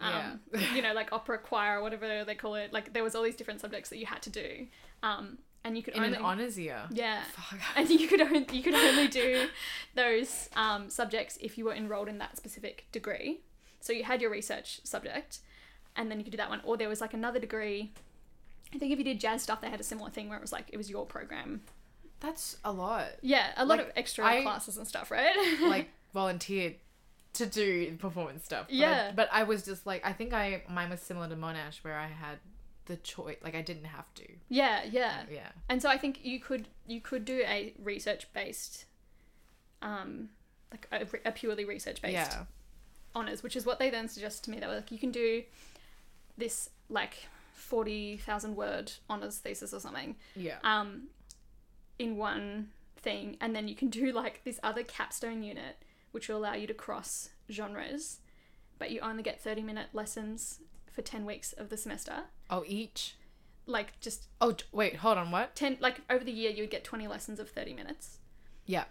B: um,
A: Yeah.
B: you know like opera choir or whatever they call it. Like there was all these different subjects that you had to do, um, and you could
A: In an
B: only
A: honors year.
B: yeah.
A: Fuck.
B: And you could only, you could only do those um, subjects if you were enrolled in that specific degree. So you had your research subject, and then you could do that one. Or there was like another degree. I think if you did jazz stuff, they had a similar thing where it was like it was your program.
A: That's a lot.
B: Yeah, a lot
A: Like,
B: of extra
A: I-
B: classes and stuff, right?
A: like volunteered to do performance stuff. But I-
B: Yeah.
A: but I was just like, I think I mine was similar to Monash, where I had the choice, like I didn't have to.
B: yeah, yeah.
A: Yeah.
B: And so I think you could you could do a research based, um, like a, re- a purely research based
A: Yeah.
B: honors, which is what they then suggested to me. They were like, you can do this like forty thousand word honors thesis or something,
A: Yeah.
B: um, in one thing, and then you can do like this other capstone unit, which will allow you to cross genres, but you only get thirty minute lessons for ten weeks of the semester.
A: Oh, each.
B: Like just
A: Oh t- wait, hold on. What?
B: ten, like over the year, you would get twenty lessons of thirty minutes,
A: Yeah.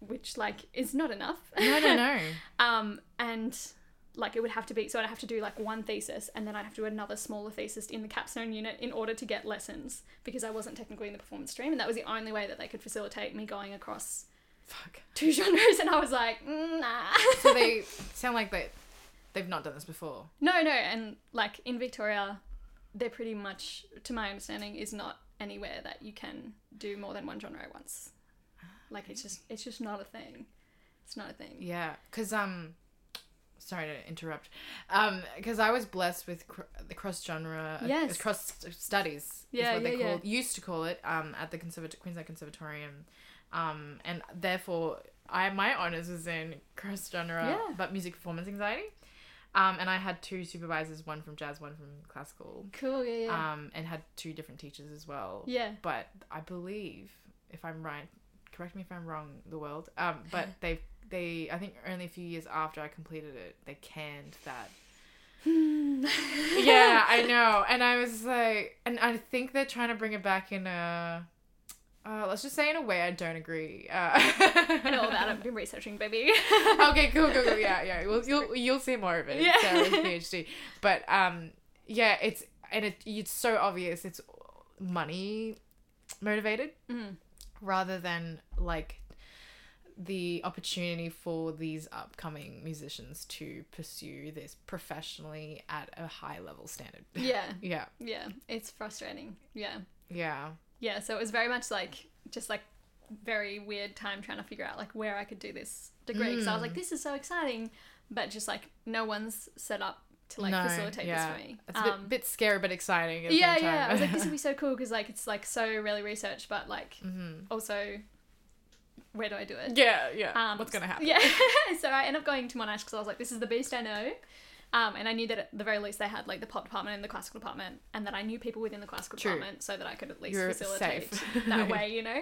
B: which like is not enough.
A: No, no, no.
B: Um, and like it would have to be so I'd have to do like one thesis and then I'd have to do another smaller thesis in the capstone unit in order to get lessons because I wasn't technically in the performance stream and that was the only way that they could facilitate me going across
A: Fuck.
B: two genres and I was like "Mm, nah
A: So they sound like they they've not done this before.
B: no no and like in Victoria they're pretty much to my understanding is not anywhere that you can do more than one genre at once like it's just it's just not a thing it's not a thing
A: Yeah, because um, sorry to interrupt. Um, because I was blessed with cr- the cross genre,
B: Yes.
A: cross studies.
B: Yeah,
A: is what they
B: yeah, yeah.
A: call used to call it um at the Conservat- Queensland Conservatorium, um, and therefore I my honors was in cross genre,
B: Yeah.
A: but music performance anxiety. Um, and I had two supervisors, one from jazz, one from classical,
B: Cool. Yeah. Yeah.
A: um, and had two different teachers as well.
B: yeah.
A: But I believe, if I'm right, correct me if I'm wrong, the world. Um, but they they I think only a few years after I completed it, they canned that.
B: Hmm.
A: yeah, I know. And I was like, and I think they're trying to bring it back in a. Uh, let's just say in a way I don't agree. Uh,
B: I know all that. I've been researching, baby.
A: okay, cool, cool, cool. Yeah, yeah. Well, you'll you'll see more of it.
B: Yeah.
A: Yeah. PhD. But um, yeah, it's and it it's so obvious. It's money motivated
B: Mm.
A: rather than like the opportunity for these upcoming musicians to pursue this professionally at a high level standard.
B: Yeah.
A: yeah,
B: Yeah. It's frustrating. Yeah.
A: yeah,
B: Yeah. So it was very much like just like very weird time trying to figure out like where I could do this degree. Because I
A: Mm.
B: was like, this is so exciting, but just like no one's set up to like
A: No,
B: facilitate
A: yeah.
B: this for me. Um,
A: it's a bit, bit scary but exciting. At the
B: yeah,
A: same time.
B: yeah. I was like, this would be so cool because like it's like so really research, but like
A: Mm-hmm.
B: also, where do I do it?
A: yeah, yeah.
B: Um,
A: What's gonna happen?
B: Yeah. so I end up going to Monash because I was like, this is the beast I know. Um, and I knew that at the very least they had like the pop department and the classical department, and that I knew people within the classical
A: True.
B: department so that I could at least
A: You're
B: facilitate
A: safe.
B: that way, you know.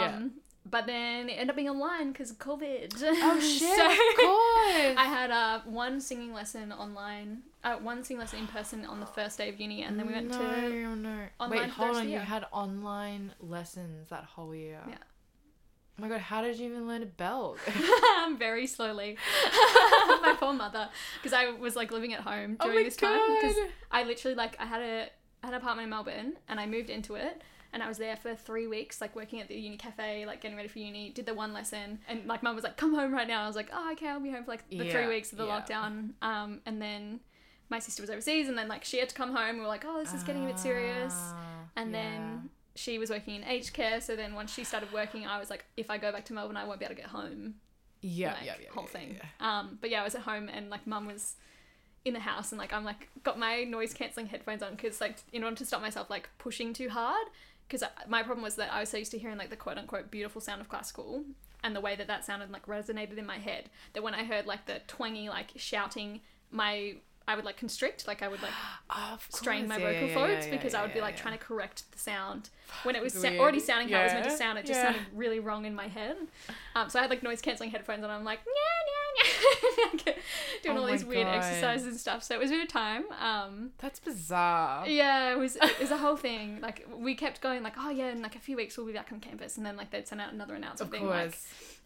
A: Yeah.
B: But then it ended up being online because of COVID.
A: Oh shit!
B: So-
A: of course.
B: I had uh, one singing lesson online, uh, one singing lesson in person on the first day of uni, and then we went
A: no,
B: to
A: no.
B: online
A: Wait,
B: for the
A: hold
B: rest of
A: on.
B: the
A: You
B: year.
A: had online lessons that whole year.
B: Yeah.
A: Oh my god, how did you even learn to belt?
B: very slowly. my poor mother, because I was like living at home
A: Oh
B: during
A: my
B: this time. 'cause
A: God.
B: I literally like I had a I had an apartment in Melbourne and I moved into it and I was there for three weeks, like working at the uni cafe, like getting ready for uni. Did the one lesson and like mum was like, "Come home right now." I was like, "Oh, okay, I'll be home for like the three
A: Yeah,
B: weeks of the
A: yeah.
B: lockdown." Um, and then my sister was overseas and then like she had to come home. We were like, "Oh, this is getting a bit serious."
A: Ah,
B: And
A: yeah.
B: then she was working in aged care, so then once she started working, I was like, "If I go back to Melbourne, I won't be able to get home."
A: yeah,
B: like
A: yeah, yeah,
B: whole
A: yeah,
B: thing.
A: yeah.
B: Um, but yeah, I was at home and like mum was in the house and like I'm like got my noise cancelling headphones on because like in order to stop myself like pushing too hard because my problem was that I was so used to hearing like the quote unquote beautiful sound of classical and the way that that sounded like resonated in my head that when I heard like the twangy like shouting my I would like constrict like I would like
A: Oh, of
B: strain my
A: course, yeah,
B: vocal
A: yeah,
B: folds
A: yeah,
B: because
A: yeah,
B: I would be
A: yeah,
B: like
A: yeah.
B: trying to correct the sound when it was
A: It's
B: sa-
A: weird.
B: already sounding how it was meant to
A: Yeah,
B: sound. It just
A: yeah.
B: sounded really wrong in my head. Um, so I had like noise cancelling headphones and I'm like yeah, yeah, yeah, doing
A: Oh
B: all
A: my
B: these weird
A: God.
B: exercises and stuff. So it was a bit of time. Um,
A: That's bizarre.
B: yeah, it was it was a whole thing. Like we kept going like oh yeah, in like a few weeks we'll be back on campus, and then like they'd send out another announcement
A: Of
B: being like
A: course.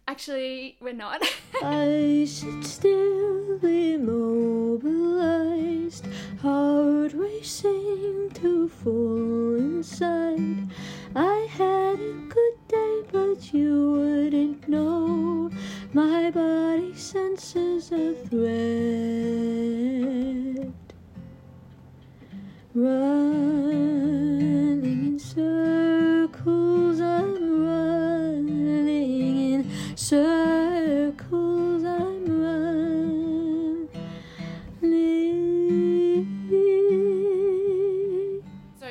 B: actually we're not.
C: I sit still, immobilized, heart racing to fall inside. I had a good day, but you wouldn't know. My body senses a threat running in circles. I'm running in circles. I'm running.
A: So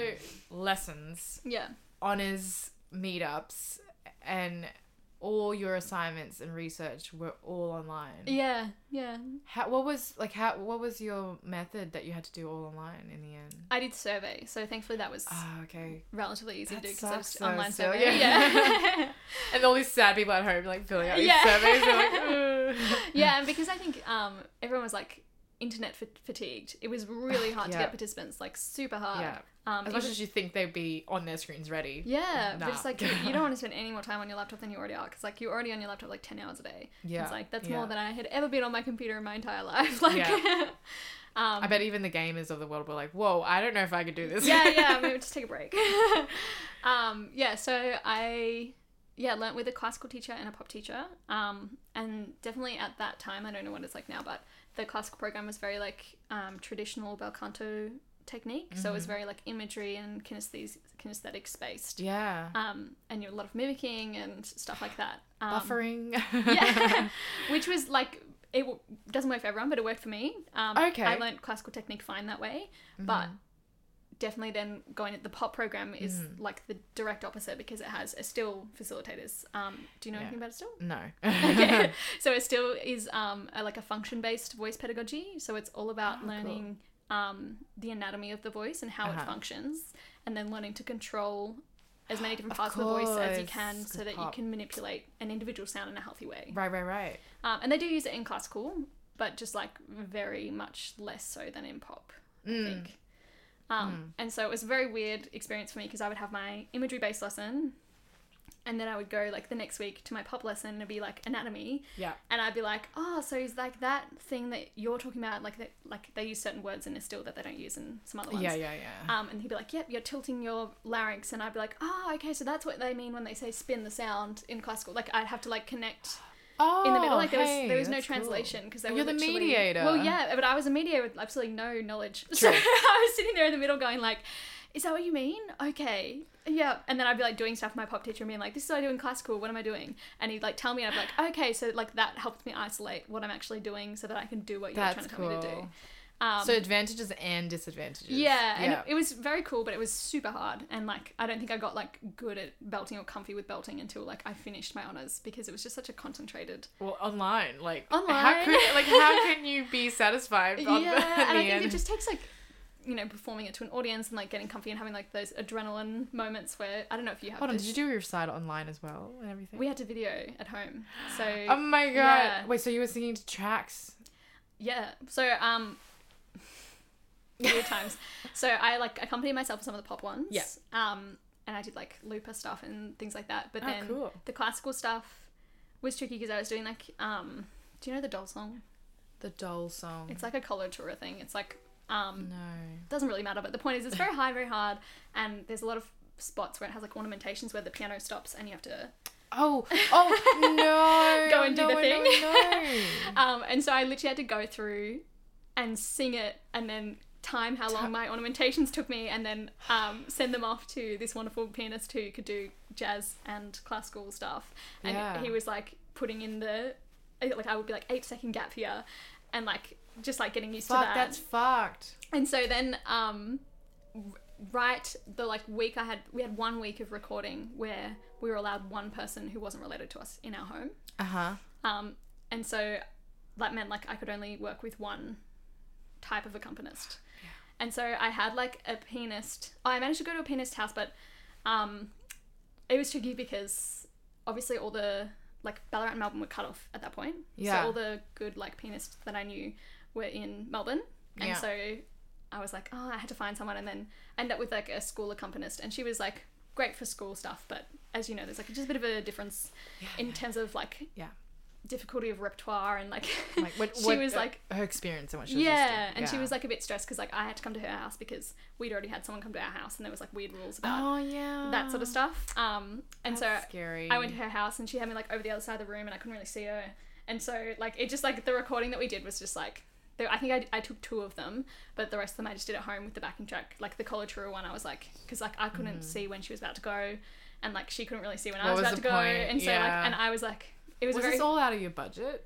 A: lessons,
B: yeah,
A: honors, meetups, and all your assignments and research were all online.
B: yeah, yeah.
A: How, what was like how what was your method that you had to do all online in the end?
B: I did survey, so thankfully that was
A: Ah, okay.
B: relatively easy
A: That
B: to do because I
A: sucks,
B: was
A: though,
B: online
A: still.
B: survey.
A: Yeah.
B: yeah.
A: And all these sad people at home like filling out these
B: Yeah.
A: surveys. they're like, "Ugh."
B: yeah, and because I think um, everyone was like internet fa- fatigued, it was really hard to
A: Yeah.
B: get participants, like super hard.
A: Yeah.
B: Um,
A: As
B: it
A: much
B: was-
A: as you think they'd be on their screens ready.
B: yeah, but
A: Nah.
B: it's like you, you don't want to spend any more time on your laptop than you already are because like you're already on your laptop like ten hours a day.
A: Yeah,
B: it's like that's
A: yeah.
B: more than I had ever been on my computer in my entire life. Like,
A: Yeah.
B: um,
A: I bet even the gamers of the world were like, "Whoa, I don't know if I could do this."
B: yeah, yeah. I mean, just take a break. um, yeah, so I yeah learnt with a classical teacher and a pop teacher. Um, and definitely at that time, I don't know what it's like now, but the classical program was very like um, traditional bel canto technique. So it was very like imagery and kinesthes- kinesthetics based.
A: yeah.
B: Um, and you know, a lot of mimicking and stuff like that. Um,
A: Buffering.
B: yeah, which was like it w- doesn't work for everyone, but it worked for me. Um,
A: Okay. Mm-hmm.
B: I learned classical technique fine that way, but definitely then going at the pop program is
A: Mm-hmm.
B: like the direct opposite because it has Estelle facilitators. Um, do you know
A: Yeah.
B: anything about Estelle?
A: No.
B: Okay. so Estelle is um, a, like a function based voice pedagogy. So it's all
A: Ah,
B: about learning um, the anatomy of the voice and how
A: Uh-huh.
B: it functions, and then learning to control as many different parts of, the voice as you
A: course,
B: can so
A: good
B: that
A: pop.
B: you can manipulate an individual sound in a healthy way.
A: right, right, right.
B: Um, and they do use it in classical, but just like very much less so than in pop,
A: Mm.
B: I think. Um, And so it was a very weird experience for me because I would have my imagery based lesson. And then I would go like the next week to my pop lesson and it'd be like anatomy,
A: Yeah.
B: and I'd be like, oh, so is like that thing that you're talking about, like that, like they use certain words in a still that they don't use in some other ones.
A: Yeah, yeah, yeah.
B: Um, and he'd be like, yep, you're tilting your larynx, and I'd be like, oh, okay, so that's what they mean when they say spin the sound in classical. Like I'd have to like connect
A: Oh,
B: in the middle. Like there was
A: hey,
B: there was no
A: that's cool.
B: translation because
A: You're the mediator.
B: Well, yeah, but I was a mediator with absolutely no knowledge. So I was sitting there in the middle going like, "Is that what you mean? Okay, yeah." And then I'd be like doing stuff with my pop teacher and being like, "This is what I do in classical. What am I doing?" And he'd like tell me, and I'd be like, "Okay, so like that helped me isolate what I'm actually doing so that I can do what you're
A: That's
B: trying to tell me to do."
A: cool.
B: Um,
A: So advantages and disadvantages.
B: yeah, and
A: Yeah.
B: it, it was very cool, but it was super hard. And like, I don't think I got like good at belting or comfy with belting until like I finished my honors because it was just such a concentrated
A: well, online, like How
B: Online.
A: could like how can you be satisfied? On
B: yeah,
A: the, at
B: and
A: the
B: I think
A: end?
B: it just takes like you know performing it to an audience and like getting comfy and having like those adrenaline moments where I don't know if you have.
A: Hold on,
B: this.
A: did you do your side online as well and everything?
B: We had to video at home, so
A: Oh my god!
B: Yeah.
A: Wait, so you were singing to tracks?
B: yeah. So um, weird times. So I like accompanied myself with some of the pop ones.
A: Yeah.
B: Um, and I did like looper stuff and things like that. But
A: Oh,
B: then
A: cool.
B: the classical stuff was tricky because I was doing like um, do you know the doll song?
A: The doll song.
B: It's like a coloratura thing. It's like um,
A: no.
B: doesn't really matter but the point is it's very high very hard and there's a lot of spots where it has like ornamentations where the piano stops and you have to
A: Oh, oh no!
B: Go and do
A: no,
B: the
A: no,
B: thing.
A: No,
B: um and so i literally had to go through and sing it and then time how long my ornamentations took me and then um, send them off to this wonderful pianist who could do jazz and classical stuff and
A: Yeah.
B: he was like putting in the like i would be like eight second gap here and like just like getting used to
A: Fuck,
B: that
A: that's fucked.
B: And so then, um, r- right the like week I had, we had one week of recording where we were allowed one person who wasn't related to us in our home.
A: Uh huh.
B: Um, and so that meant like I could only work with one type of accompanist. And so I had like a pianist. I managed to go to a pianist house, but um, it was tricky because obviously all the like Ballarat and Melbourne were cut off at that point.
A: Yeah.
B: So all the good like pianists that I knew were in Melbourne, and
A: Yeah.
B: so I was like, oh, I had to find someone, and then end up with like a school accompanist, and she was like great for school stuff, but as you know, there's like just a bit of a difference in terms of like
A: Yeah.
B: difficulty of repertoire and like,
A: Like what?
B: she
A: what-
B: was
A: uh,
B: like
A: her experience and what she was used to.
B: yeah and she was like a bit stressed because like i had to come to her house because we'd already had someone come to our house and there was like weird rules about
A: oh yeah,
B: that sort of stuff um and
A: That's
B: so
A: scary.
B: i went to her house and she had me like over the other side of the room and i couldn't really see her and so like it just like the recording that we did was just like there- I think I, I took two of them, but the rest of them I just did at home with the backing track. Like the Coloratura one, I was like, because like I couldn't see when she was about to go, and like she couldn't really see when I
A: Mm. What
B: was,
A: was the
B: about to go,
A: point?
B: and so
A: Yeah.
B: like, and I was like, it was,
A: Was
B: very
A: this all out of your budget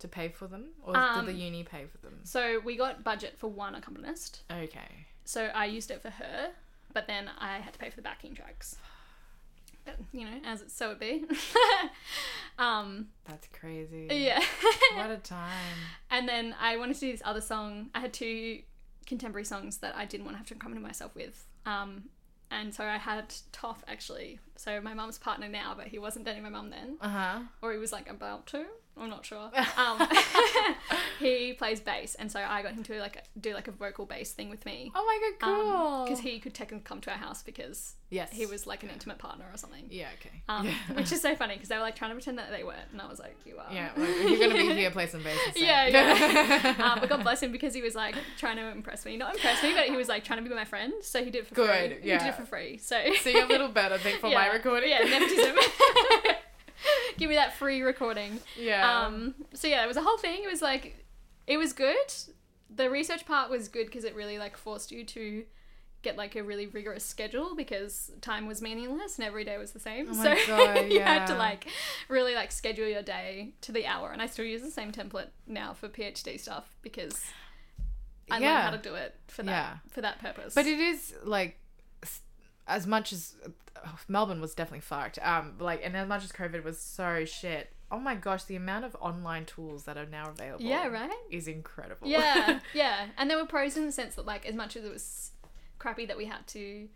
A: to pay for them, or
B: Um,
A: did the uni pay for them?
B: So we got budget for one accompanist.
A: Okay.
B: So I used it for her, but then I had to pay for the backing tracks. But, you know, as it, so it be. um,
A: That's crazy.
B: yeah.
A: What a time.
B: and then I wanted to do this other song. I had two contemporary songs that I didn't want to have to accompany myself with. Um, and so I had Toff actually. So my mum's partner now, but he wasn't dating my mum then,
A: Uh huh.
B: or he was like about to. I'm not sure. Um, he plays bass, and so I got him to like do like a vocal bass thing with me.
A: Oh my god, cool.
B: because Um, he could technically come to our house because
A: yes,
B: he was like an intimate partner or something.
A: Yeah. Okay.
B: Um, which is so funny because they were like trying to pretend that they weren't, and I was like, "You are."
A: Yeah, like, if you're gonna be here, play some bass. instead.
B: Yeah, yeah. um, but God bless him because he was like trying to impress me. Not impress me, but he was like trying to be my friend. So he did it for
A: Good,
B: free. He
A: yeah.
B: did it for free. So,
A: Sing a little better, I think, for my
B: Yeah,
A: recording.
B: Yeah, nepotism. Give me that free recording.
A: Yeah.
B: Um, so yeah, it was a whole thing. It was like, it was good. The research part was good because it really like forced you to get like a really rigorous schedule because time was meaningless and every day was the same.
A: Oh
B: so
A: my God,
B: you had to
A: yeah.
B: like really like schedule your day to the hour. And I still use the same template now for PhD stuff because I
A: Yeah.
B: learned how to do it for that
A: Yeah.
B: for that purpose.
A: But it is like s- as much as oh, Melbourne was definitely fucked. Um, like and as much as COVID was so shit. Oh my gosh, the amount of online tools that are now available.
B: yeah, right.
A: Is incredible.
B: Yeah, yeah. And there were pros in the sense that, like, as much as it was crappy that we had to,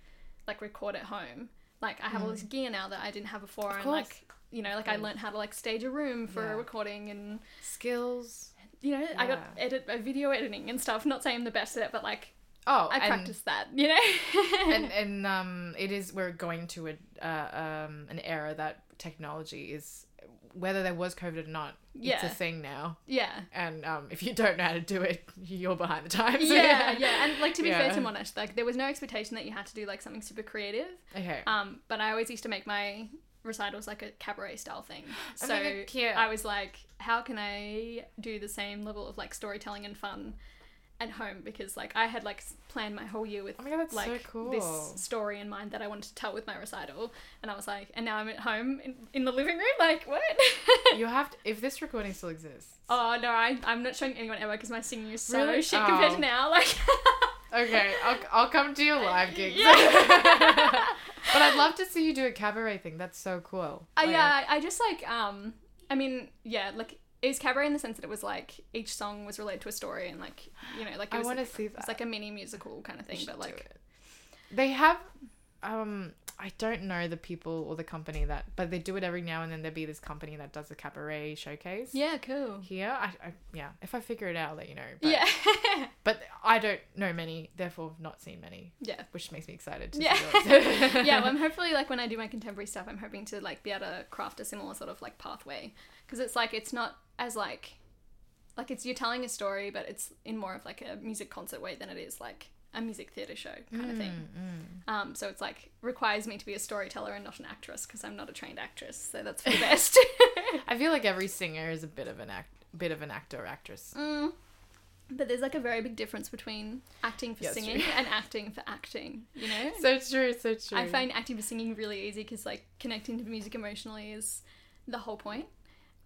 B: like, record at home, like, I have all this gear now that I didn't have before. And,
A: Mm. course.
B: like, you know, like, I learned how to, like, stage a room for
A: Yeah.
B: a recording and,
A: Skills.
B: you know, I got
A: Yeah.
B: edit uh, video editing and stuff. Not saying I'm the best at it, but, like,
A: Oh,
B: I
A: and,
B: practiced that, you know?
A: and and um, it is we're going to a uh, um an era that technology is whether there was COVID or not. It's
B: Yeah.
A: a thing now.
B: yeah.
A: And um, if you don't know how to do it, you're behind the times.
B: Yeah, yeah, and like to be fair
A: Yeah.
B: to Monash, like there was no expectation that you had to do like something super creative.
A: Okay.
B: Um, but I always used to make my recitals like a cabaret style thing.
A: Oh my
B: So
A: God, cute.
B: I was like, how can I do the same level of like storytelling and fun at home? Because like I had like s- planned my whole year with
A: Oh my God, that's so
B: like
A: cool.
B: this story in mind that I wanted to tell with my recital, and I was like, and now I'm at home in, in the living room, like what?
A: you have to if this recording still exists.
B: oh no, I I'm not showing anyone ever because my singing is so
A: Really?
B: shit compared
A: Oh.
B: to now, like. Uh,
A: Okay, I'll, I'll come to your live gigs. but I'd love to see you do a cabaret thing. That's so cool.
B: Uh,
A: Like,
B: yeah, I, I just like um I mean, yeah, like it was cabaret in the sense that it was like each song was related to a story and like you know, like
A: I
B: it was
A: want to
B: like,
A: see
B: it's
A: that.
B: like a mini musical kind of thing,
A: should
B: but
A: do
B: like
A: they have, um, I don't know the people or the company that, but they do it every now and then. There'd be this company that does a cabaret showcase.
B: Yeah, cool.
A: Here, I, I yeah. If I figure it out, I'll let you know. But,
B: yeah.
A: But I don't know many, therefore have not seen many,
B: yeah.
A: which makes me excited. To
B: Yeah.
A: See yours.
B: Yeah, well, I'm hopefully like when I do my contemporary stuff, I'm hoping to like be able to craft a similar sort of like pathway because it's like it's not as like like it's you're telling a story, but it's in more of like a music concert way than it is like a music theater show kind of thing. Um, so it's like requires me to be a storyteller and not an actress because I'm not a trained actress. So that's for the best.
A: I feel like every singer is a bit of an act, bit of an actor or actress.
B: Mm. But there's like a very big difference between acting for
A: Yeah, it's
B: singing
A: true.
B: and acting for acting. You know.
A: So true. So true.
B: I find acting for singing really easy because like connecting to music emotionally is the whole point.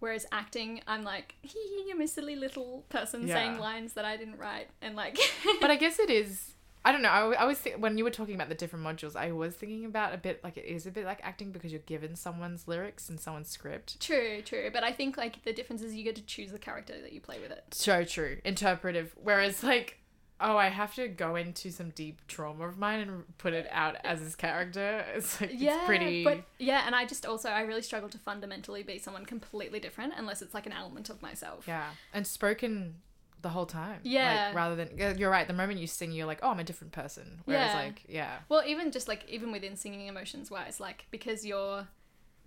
B: Whereas acting, I'm like, hee hee, I'm a silly little person
A: Yeah.
B: saying lines that I didn't write, and like,
A: but I guess it is. I don't know. I, al- I was th- when you were talking about the different modules. I was thinking about a bit like it is a bit like acting because you're given someone's lyrics and someone's script.
B: true, true. But I think like the difference is you get to choose the character that you play with it.
A: So true, interpretive. Whereas like, oh, I have to go into some deep trauma of mine and put it out as this character. It's like
B: Yeah,
A: it's pretty.
B: But yeah, and I just also I really struggle to fundamentally be someone completely different unless it's like an element of myself.
A: Yeah, and spoken the whole time.
B: Yeah.
A: like, rather than yeah, you're right. The moment you sing, you're like, oh, I'm a different person. Whereas
B: Yeah.
A: like, yeah,
B: Well, even just like even within singing emotions wise, like because you're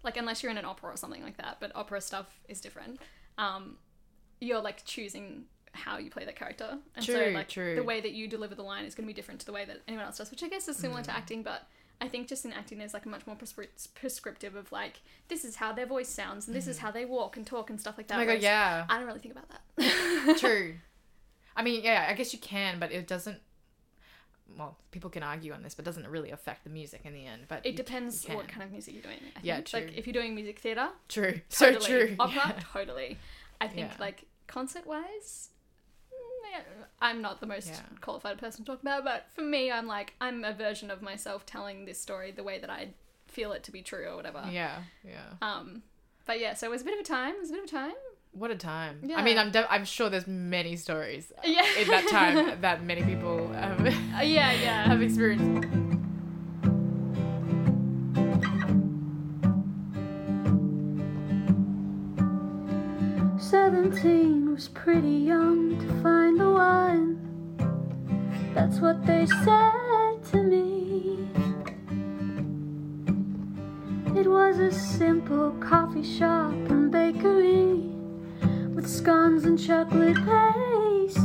B: like unless you're in an opera or something like that, but opera stuff is different. Um, you're like choosing how you play that character, and so
A: True,
B: like
A: true.
B: the way that you deliver the line is going to be different to the way that anyone else does, which I guess is similar
A: Mm.
B: to acting, but. I think just in acting, there's like a much more prescri- prescriptive of like this is how their voice sounds and this is how they walk and talk and stuff like that.
A: Mm. oh my god,
B: whereas
A: yeah.
B: I don't really think about that.
A: True. I mean, yeah, I guess you can, but it doesn't. Well, people can argue on this, but doesn't really affect the music in the end. But
B: It depends
A: you
B: what
A: can.
B: kind of music you're doing. I
A: Yeah,
B: think.
A: true.
B: Like if you're doing music theatre,
A: true, so
B: totally.
A: true.
B: Opera,
A: Yeah.
B: totally. I think
A: Yeah.
B: like concert wise, I'm not the most
A: Yeah.
B: qualified person to talk about, but for me, I'm like I'm a version of myself telling this story the way that I feel it to be true or whatever.
A: Yeah, yeah.
B: Um, but yeah, so it was a bit of a time. It was a bit of a time.
A: What a time! I
B: Yeah.
A: mean, I'm de- I'm sure there's many stories uh,
B: Yeah.
A: in that time that many people um,
B: Uh, yeah, yeah.
A: have experienced.
C: Seventeen was pretty young to find the one. That's what they said to me. It was a simple coffee shop and bakery with scones and chocolate pastries.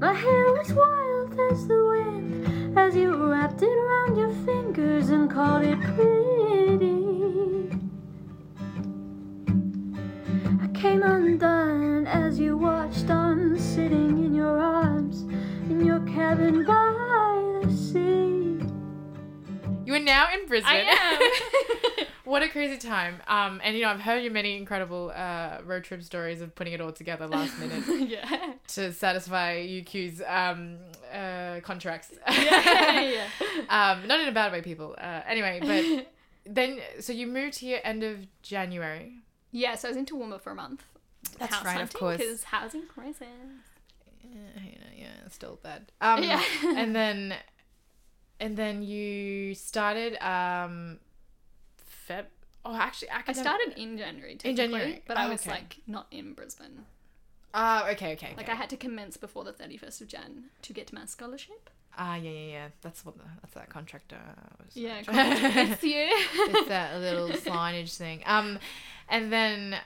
C: My hair was wild as the wind as you wrapped it round your fingers and called it pretty. I came undone as you watched on, sitting in your arms in your cabin by the sea.
A: You are now in Brisbane.
B: I am.
A: What a crazy time. Um, and you know, I've heard your many incredible uh, road trip stories of putting it all together last minute
B: yeah.
A: to satisfy UQ's um, uh, contracts.
B: Yeah. yeah.
A: um, not in a bad way, people. Uh, anyway, but then, so you moved here end of January.
B: yeah, so I was in Toowoomba for a month.
A: That's right, of course.
B: Because housing crisis.
A: yeah, still bad. Um,
B: yeah.
A: and then, and then you started um, Feb. Oh, actually,
B: I
A: academic-
B: started in January,
A: In January.
B: technically, but
A: Oh,
B: I was
A: okay.
B: like not in Brisbane.
A: Oh, okay, okay, okay.
B: Like I had to commence before the thirty first of Jan to get my scholarship.
A: Ah, yeah, yeah, yeah. That's what the, that's that contractor was.
B: Yeah, this year.
A: it's that little signage thing. Um, and then,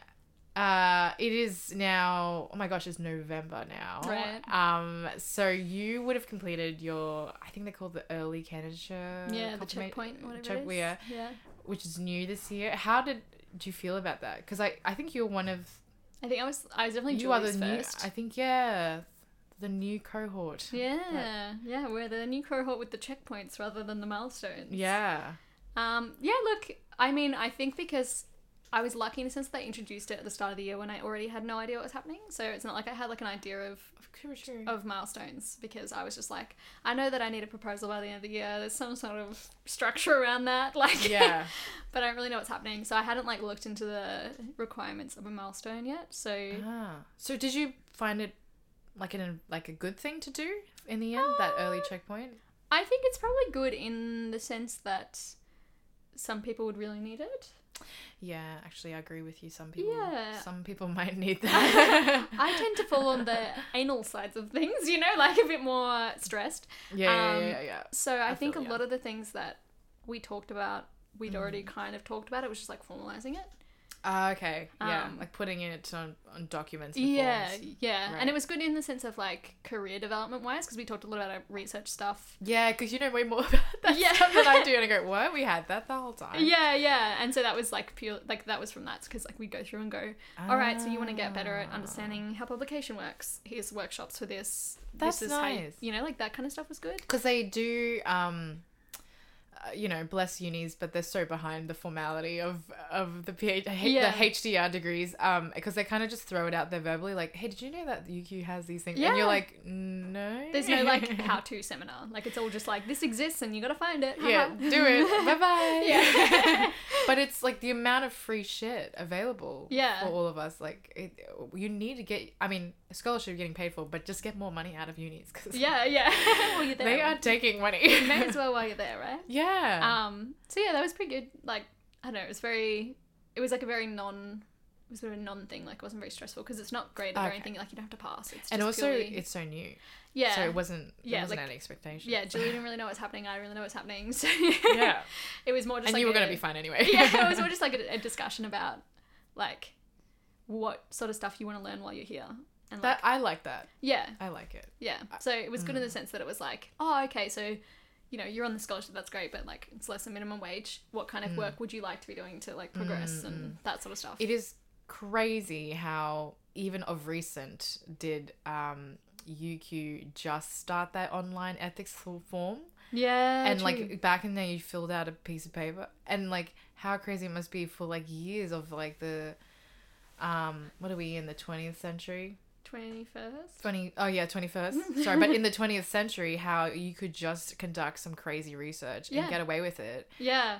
A: uh, it is now. Oh my gosh, it's November now.
B: Right.
A: Um, so you would have completed your. I think they're called the early candidature.
B: yeah, the
A: confirma-
B: checkpoint, whatever
A: check-
B: it is.
A: Yeah,
B: yeah.
A: which is new this year. How did do you feel about that? Because I I think you're one of
B: I think I was. I was definitely
A: you are the
B: Julie's
A: new.
B: first.
A: I think yeah, the new cohort.
B: yeah, yeah, we're the new cohort with the checkpoints rather than the milestones.
A: Yeah.
B: Um, yeah, look, I mean, I think because I was lucky in the sense that they introduced it at the start of the year when I already had no idea what was happening. So it's not like I had like an idea of of milestones because I was just like, I know that I need a proposal by the end of the year. There's some sort of structure around that, like,
A: yeah.
B: but I don't really know what's happening. So I hadn't like looked into the requirements of a milestone yet. So
A: Ah. So did you find it like an like a good thing to do in the end that
B: Ah.
A: early checkpoint?
B: I think it's probably good in the sense that some people would really need it.
A: Yeah, actually I agree with you. Some people
B: Yeah.
A: some people might need that.
B: I tend to fall on the anal sides of things, you know, like a bit more stressed.
A: yeah, yeah,
B: um,
A: yeah, yeah, yeah. Mm.
B: So I, think
A: feel
B: a
A: ya.
B: lot of the things that we talked about, we'd already kind of talked about. It was just like formalizing it.
A: Ah, okay. Yeah.
B: um,
A: like putting it on, on documents and
B: Yeah,
A: forms.
B: yeah.
A: Right.
B: And it was good in the sense of like career development wise because we talked a lot about our research stuff.
A: Yeah, because you know way more about that
B: Yeah.
A: stuff than I do and I go, What? We had that the whole time.
B: Yeah, yeah. And so that was like pure, like that was from that because like we go through and go, all right, so you want to get better at
A: Ah.
B: understanding how publication works. Here's workshops for this.
A: That's
B: this is how you-
A: nice.
B: you know, like that kind of stuff was good.
A: because they do um uh, you know bless unis but they're so behind the formality of of the PH-
B: Yeah.
A: the HDR degrees um because they kind of just throw it out there verbally like hey did you know that UQ has these things and
B: Yeah.
A: you're like no
B: There's no like how to seminar. Like it's all just like this exists and you gotta find it.
A: yeah
B: Haha.
A: do it bye bye
B: Yeah.
A: but it's like the amount of free shit available
B: Yeah.
A: for all of us like it, you need to get I mean a scholarship you're getting paid for but just get more money out of unis because
B: yeah, yeah. well, you're there.
A: they are taking money
B: May as well while you're there, right?
A: yeah
B: Um. So yeah, that was pretty good. Like I don't know, it was very. It was like a very non. It was sort of a non thing. Like it wasn't very stressful because it's not graded or
A: Okay.
B: anything. Like you don't have to pass. It's
A: and
B: just
A: also
B: purely-
A: it's so new
B: yeah.
A: So it wasn't. There
B: Yeah,
A: wasn't
B: like-
A: any expectation.
B: yeah, Julie didn't really know what's happening. I didn't really know what's happening. So
A: yeah.
B: it was more just
A: and
B: like
A: you were
B: a-
A: gonna be fine anyway.
B: yeah, it was more just like a, a discussion about like what sort of stuff you want to learn while you're here. And like,
A: that I like that.
B: yeah,
A: I like it.
B: Yeah. So it was good
A: mm.
B: in the sense that it was like, oh, okay, so you know, you're on the scholarship, that's great, but like it's less than minimum wage. What kind of work would you like to be doing to like progress and that sort of stuff?
A: Mm. It is crazy how even of recent did um, UQ just start that online ethics f- form,
B: yeah.
A: and
B: true.
A: like back in there you filled out a piece of paper, and like how crazy it must be for like years of like the. Um, what are we in the 20th century?
B: 21st.
A: 20 oh yeah 21st sorry but in the 20th century how you could just conduct some crazy research
B: Yeah.
A: and get away with it
B: Yeah.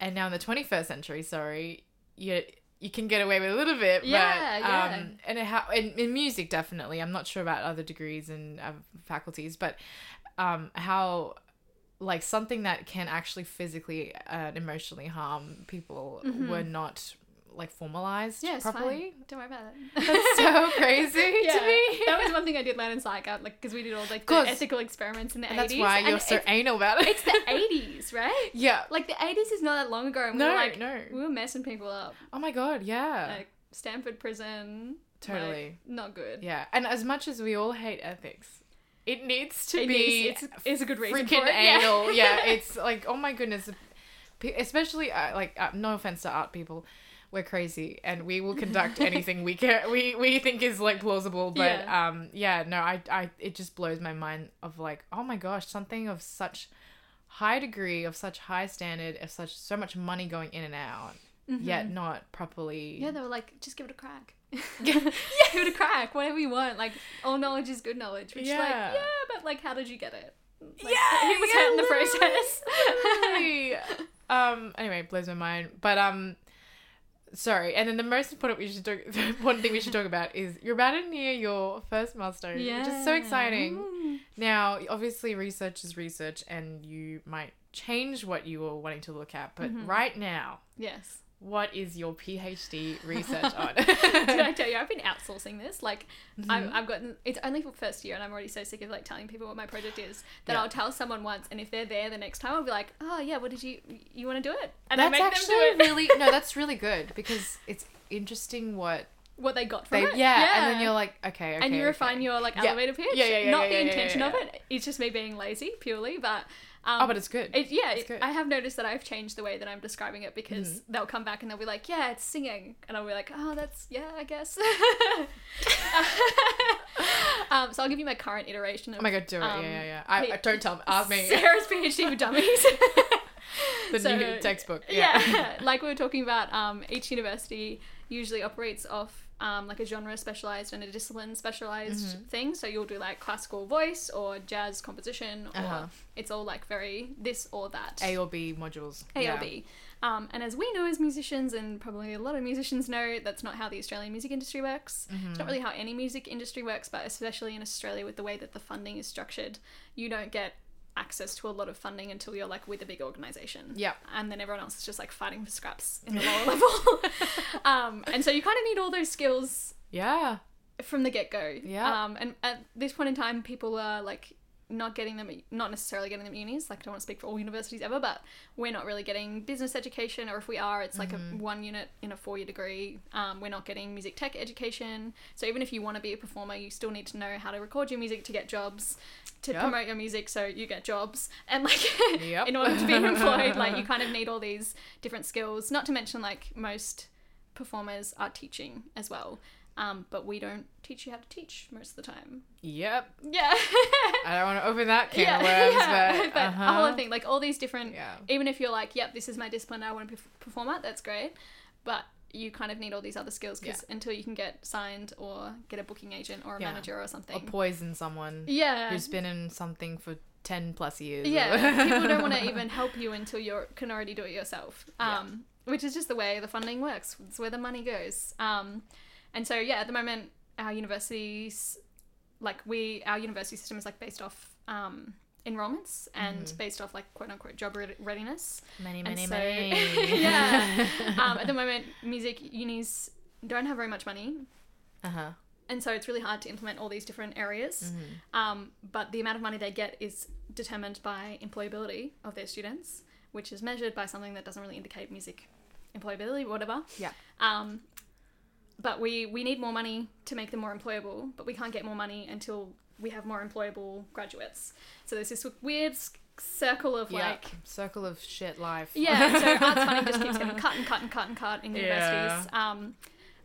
A: and now in the 21st century sorry you you can get away with a little bit
B: Yeah,
A: but
B: yeah.
A: um and it ha- in, in music definitely i'm not sure about other degrees and uh, faculties but um how like something that can actually physically uh, and emotionally harm people were not like formalized
B: Mm-hmm. Yeah, it's
A: properly
B: Fine. Don't worry about it.
A: that's so crazy
B: Yeah.
A: to me
B: that was one thing I did learn in psych, uh, like because we did all like the
A: Course.
B: ethical experiments in the
A: And that's
B: 80s.
A: why
B: and
A: you're so
B: it's,
A: anal about it.
B: it's the 80s, right?
A: yeah.
B: Like the 80s is not that long ago, and we
A: No,
B: were like,
A: no.
B: we were messing people up,
A: Oh my god. Yeah.
B: like Stanford prison.
A: Totally.
B: like, not good.
A: yeah. And as much as we all hate ethics, it needs to
B: It
A: be
B: needs- it's- it's a good reason
A: freaking
B: for it, yeah.
A: anal. Yeah. It's like oh my goodness, Pe- especially uh, like uh, no offense to art people. We're crazy, and we will conduct anything we care, we we think is like plausible. But
B: Yeah.
A: um, yeah, no, I I it just blows my mind of like, oh my gosh, something of such high degree of such high standard of such so much money going in and out, yet not properly.
B: Mm-hmm. Yeah, they were like, just give it a crack. yeah, give it a crack, whatever you want. Like, all knowledge is good knowledge. Which, like,
A: Yeah.
B: yeah, but like, how did you get it? Like,
A: Yeah,
B: he was
A: yeah,
B: hurt in the
A: literally,
B: process.
A: Totally. um. Anyway, blows my mind. But um, sorry. And then the most important we should talk, the important thing we should talk about is you're about to near your first milestone, which is so exciting.
B: Mm.
A: Now, obviously, research is research, and you might change what you were wanting to look at. But
B: Mm-hmm.
A: right now,
B: Yes.
A: what is your PhD research on?
B: Did I tell you I've been outsourcing this? Like, I've,
A: Mm-hmm.
B: I've gotten it's only for first year, and I'm already so sick of like telling people what my project is that
A: Yeah.
B: I'll tell someone once, and if they're there the next time, I'll be like, oh yeah, what did you you want to do it? And I
A: that's
B: make
A: actually
B: them do it.
A: really no. That's really good because it's interesting what
B: what they got from
A: they
B: it.
A: yeah, and then you're like okay, okay
B: and you
A: okay.
B: refine your like
A: Yeah.
B: elevator pitch.
A: Yeah, yeah, yeah,
B: Not
A: yeah,
B: the
A: yeah, yeah,
B: intention
A: yeah,
B: of it. It's just me being lazy purely, but um,
A: Oh, but it's good.
B: It, yeah,
A: It's
B: it-
A: good. Mm-hmm.
B: I have noticed that I've changed the way that I'm describing it because they'll come back and they'll be like, "Yeah, it's singing," and I'll be like, "Oh, that's yeah, I guess." um, so I'll give you my current iteration. Of,
A: Oh my god, do it.
B: um,
A: yeah, yeah, yeah. I,
B: P-
A: I don't tell them. Ask me
B: Sarah's PhD for dummies.
A: the
B: so-
A: new textbook. Yeah.
B: yeah, like we were talking about, um, each university usually operates off um, like a genre specialized and a discipline specialized
A: Mm-hmm.
B: thing. So you'll do like classical voice or jazz composition, or
A: Uh-huh.
B: it's all like very this or that.
A: A or B modules.
B: A
A: yeah.
B: or B. Um, and as we know as musicians, and probably a lot of musicians know, that's not how the Australian music industry works. It's
A: Mm-hmm.
B: not really how any music industry works, but especially in Australia with the way that the funding is structured, you don't get access to a lot of funding until you're like with a big organization.
A: Yep.
B: And then everyone else is just like fighting for scraps in the lower level. um, and so you kind of need all those skills
A: Yeah.
B: from the get go.
A: Yeah.
B: Um, and at this point in time, people are like not getting them, not necessarily getting them at unis. Like, I don't want to speak for all universities ever, but we're not really getting business education, or if we are, it's like a one unit in a four year degree. Um, we're not getting music tech education. So even if you want to be a performer, you still need to know how to record your music to get jobs, to
A: Yep.
B: promote your music so you get jobs, and like
A: Yep.
B: in order to be employed, like you kind of need all these different skills. Not to mention like most performers are teaching as well. Um, but we don't teach you how to teach most of the time.
A: Yep.
B: Yeah.
A: I don't want to open that can of
B: yeah.
A: worms,
B: yeah.
A: but, uh-huh.
B: the whole thing, like all these different,
A: Yeah.
B: even if you're like, yep, this is my discipline, I want to perform at, that's great. But you kind of need all these other skills because until you can get signed or get a booking agent or a
A: Yeah.
B: manager or
A: Or
B: something.
A: poison someone
B: yeah.
A: who's been in something for ten plus years.
B: Yeah, people don't want to even help you until you can already do it yourself. Um, Which is just the way the funding works. It's where the money goes. Um, and so yeah, at the moment our universities, like we, our university system is like based off um, enrollments and based off like quote unquote job re- readiness.
A: Many,
B: And
A: many,
B: so-
A: many.
B: yeah. Um, at the moment, music unis don't have very much money
A: Uh huh.
B: and so it's really hard to implement all these different areas.
A: Mm-hmm.
B: Um, but the amount of money they get is determined by employability of their students, which is measured by something that doesn't really indicate music employability, whatever.
A: Yeah.
B: Um, but we we need more money to make them more employable, but we can't get more money until we have more employable graduates. So there's this weird s- circle of
A: Yeah.
B: like
A: Circle of shit life.
B: yeah, so arts funding just keeps getting cut and cut and cut and cut in
A: Yeah.
B: universities. Um,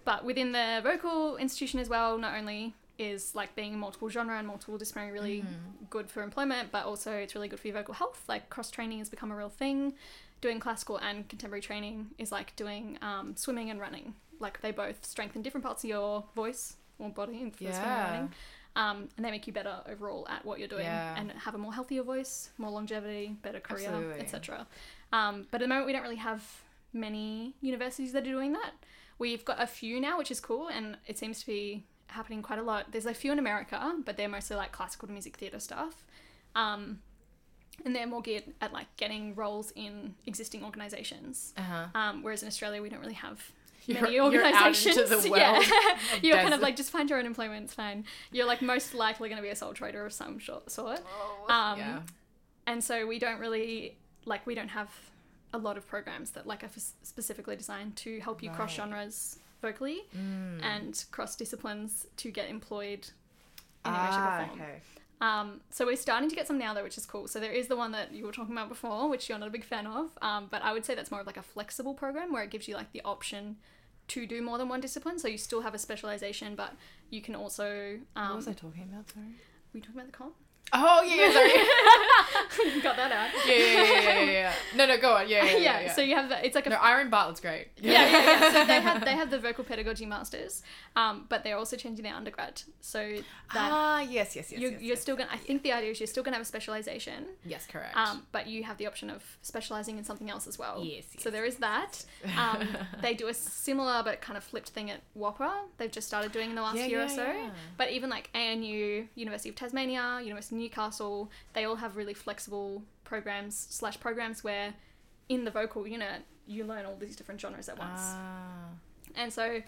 B: but within the vocal institution as well, not only is like being in multiple genre and multiple disciplinary really
A: Mm-hmm.
B: good for employment, but also it's really good for your vocal health. Like cross training has become a real thing. Doing classical and contemporary training is like doing um, swimming and running. Like they both strengthen different parts of your voice or body in for swimming and
A: Yeah.
B: running. Um, and they make you better overall at what you're doing
A: Yeah.
B: and have a more healthier voice, more longevity, better career,
A: Absolutely.
B: etc. Um, but at the moment, we don't really have many universities that are doing that. We've got a few now, which is cool, and it seems to be happening quite a lot. There's a few in America, but they're mostly like classical music theatre stuff. Um, and they're more geared at like getting roles in existing organisations.
A: Uh huh.
B: Um, whereas in Australia, we don't really have
A: You're-
B: many
A: you're out into
B: organisations.
A: the
B: Yeah.
A: world
B: you're kind of
A: desert.
B: like just find your own employment. It's fine. You're like most likely going to be a sole trader of some short sort. Um,
A: Oh, yeah.
B: And so we don't really like we don't have a lot of programs that like are f- specifically designed to help you cross
A: Right.
B: genres vocally
A: Mm.
B: and cross disciplines to get employed in English
A: Ah,
B: form.
A: okay.
B: Um, so we're starting to get some now though, which is cool. So there is the one that you were talking about before, which you're not a big fan of. Um, but I would say that's more of like a flexible program where it gives you like the option to do more than one discipline. So you still have a specialization, but you can also um,
A: what was I talking about? Sorry.
B: were you talking about the comp?
A: Oh yeah, yeah, sorry.
B: Got that out.
A: yeah, yeah, yeah, yeah, yeah, yeah. No, no, go on. Yeah, yeah,
B: yeah,
A: yeah. yeah,
B: So you have the, it's like a
A: no, Iron Bartlett's great.
B: yeah, yeah, yeah. So they have they have the vocal pedagogy masters, um, but they're also changing their undergrad. So that
A: ah, yes, yes, yes.
B: you're,
A: yes,
B: you're
A: yes.
B: still gonna. I think the idea is you're still gonna have a specialization,
A: Yes, correct.
B: um, but you have the option of specializing in something else as well.
A: Yes,
B: So
A: yes,
B: there is that. Um, they do a similar but kind of flipped thing at Whopper. They've just started doing in the last
A: Yeah,
B: year
A: yeah,
B: or so.
A: yeah.
B: But even like ANU, University of Tasmania, University of Newcastle, they all have really flexible programs slash programs where, in the vocal unit, you learn all these different genres at once.
A: Ah,
B: And so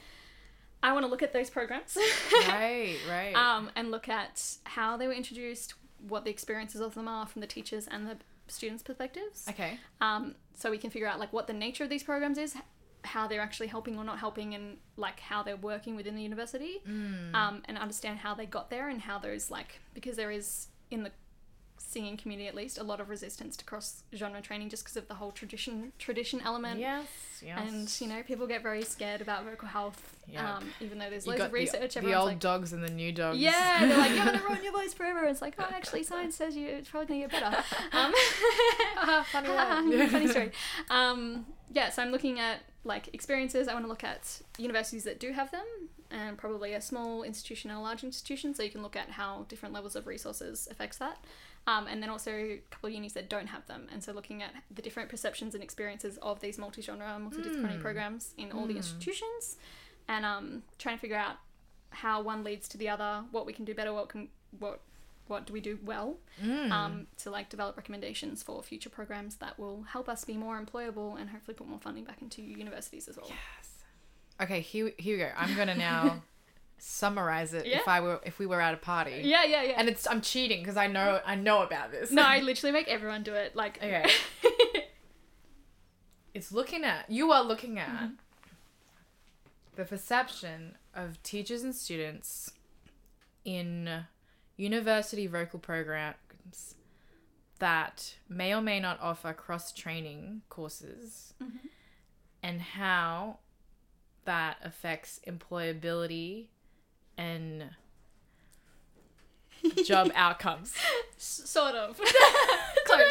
B: I want to look at those programs
A: right, right.
B: um, and look at how they were introduced, what the experiences of them are from the teachers and the students' perspectives.
A: okay.
B: Um, so we can figure out like what the nature of these programs is, h- how they're actually helping or not helping, and like how they're working within the university,
A: Mm.
B: um, and understand how they got there and how those like because there is in the singing community at least a lot of resistance to cross genre training just because of the whole tradition tradition element
A: Yes, yes.
B: and you know, people get very scared about vocal health,
A: Yep.
B: um, even though there's
A: You
B: loads
A: got
B: of research.
A: The, the
B: everyone's
A: old
B: like,
A: dogs and the new dogs.
B: yeah, they're like, you're gonna ruin your voice forever. It's like, oh, actually, science says you it's probably gonna get better. Um,
A: funny
B: funny story. Um, yeah, so I'm looking at like experiences. I want to look at universities that do have them, and probably a small institution and a large institution, so you can look at how different levels of resources affects that. Um, and then also a couple of unis that don't have them, and so looking at the different perceptions and experiences of these multi-genre, multidisciplinary programs in all the institutions, and um, trying to figure out how one leads to the other, what we can do better, what can what what do we do well,
A: Mm.
B: um, to like develop recommendations for future programs that will help us be more employable and hopefully put more funding back into universities as well.
A: Okay, here, here we go. I'm gonna now summarize it.
B: Yeah.
A: If I were, if we were at a party.
B: Yeah, yeah, yeah.
A: And it's I'm cheating because I know I know about this.
B: no, I literally make everyone do it. Like,
A: Okay. it's looking at you are looking at the perception of teachers and students in university vocal programs that may or may not offer cross training courses and how that affects employability and job outcomes.
B: s- sort of. Close.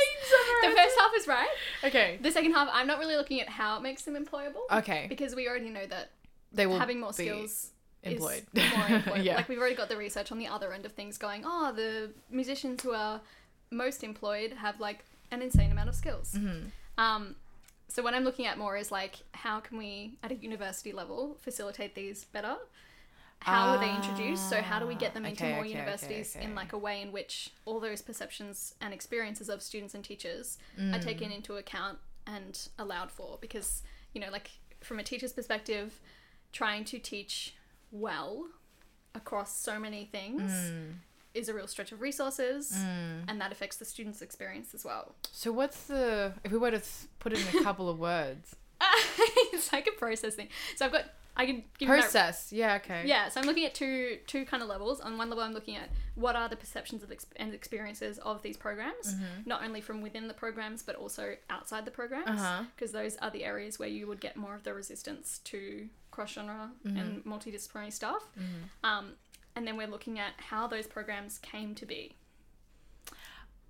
B: The first half is right.
A: Okay.
B: The second half, I'm not really looking at how it makes them employable.
A: Okay.
B: Because we already know that
A: They will
B: having more
A: be-
B: skills
A: employed.
B: is more employable.
A: Yeah.
B: Like we've already got the research on the other end of things going, oh, the musicians who are most employed have like an insane amount of skills.
A: Mm-hmm.
B: Um, so what I'm looking at more is like how can we at a university level facilitate these better? How are they introduced? So how do we get them into
A: Ah, okay,
B: more
A: okay, okay,
B: universities
A: okay.
B: in like a way in which all those perceptions and experiences of students and teachers
A: Mm.
B: are taken into account and allowed for? Because you know, like from a teacher's perspective, trying to teach well across so many things
A: Mm.
B: is a real stretch of resources, and that affects the students' experience as well.
A: So what's the if we were to th- put it in a couple of words?
B: it's like a process thing. So I've got I can give you that.
A: Process. Yeah, okay.
B: Yeah, so I'm looking at two two kind of levels. On one level, I'm looking at what are the perceptions of ex- and experiences of these programs,
A: Mm-hmm.
B: not only from within the programs but also outside the programs,
A: Uh-huh.
B: because those are the areas where you would get more of the resistance to cross genre and
A: Mm-hmm.
B: multidisciplinary stuff. Um, and then we're looking at how those programs came to be.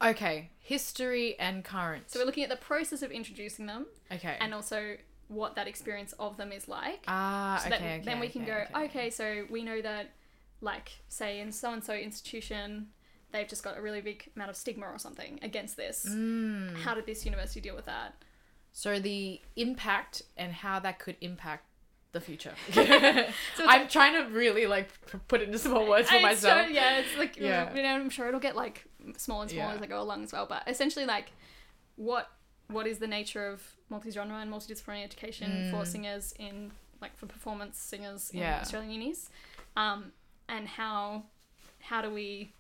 A: Okay. History and current.
B: So we're looking at the process of introducing them,
A: okay.
B: and also what that experience of them is like.
A: ah,
B: So
A: okay,
B: that,
A: okay.
B: then we can
A: okay,
B: go, okay. so we know that, like, say in so and so institution, they've just got a really big amount of stigma or something against this.
A: Mm.
B: How did this university deal with that?
A: Hmm. So the impact and how that could impact the future. I'm trying to really like p- put it into small words for
B: And it's so-
A: myself.
B: yeah, it's like,
A: Yeah.
B: you know, I'm sure it'll get like smaller and smaller
A: Yeah.
B: as I go along as well. But essentially, like, what what is the nature of multi-genre and multidisciplinary education for singers in like for performance singers in
A: Mm. Yeah.
B: Australian unis, um, and how how do we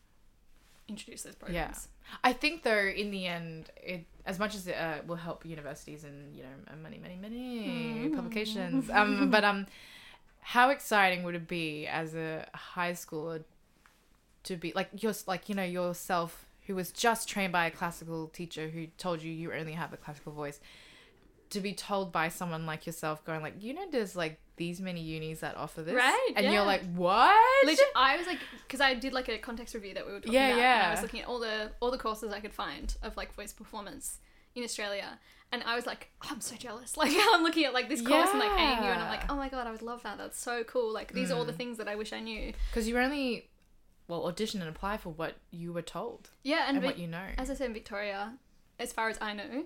B: introduce those programs?
A: Yeah. I think though, in the end, it as much as it uh, will help universities and you know and many, many,
B: Hmm.
A: many publications. Um, but um, how exciting would it be as a high schooler to be like your like you know yourself who was just trained by a classical teacher who told you you only have a classical voice to be told by someone like yourself going like, you know, there's like these many unis that offer this,
B: Right,
A: And
B: yeah.
A: you're like, what?
B: Legit, I was like, because I did like a context review that we were talking
A: Yeah,
B: about, and I
A: yeah.
B: was looking at all the all the courses I could find of like voice performance in Australia, and I was like, oh, I'm so jealous. Like I'm looking at like this course and like AU, and I'm
A: Yeah. Mm.
B: like, oh my god, I would love that. That's so cool. Like these are all the things that I wish I knew.
A: Because you only well audition and apply for what you were told
B: Yeah, and,
A: and
B: Vic-
A: what you know.
B: as I said in Victoria, as far as I know,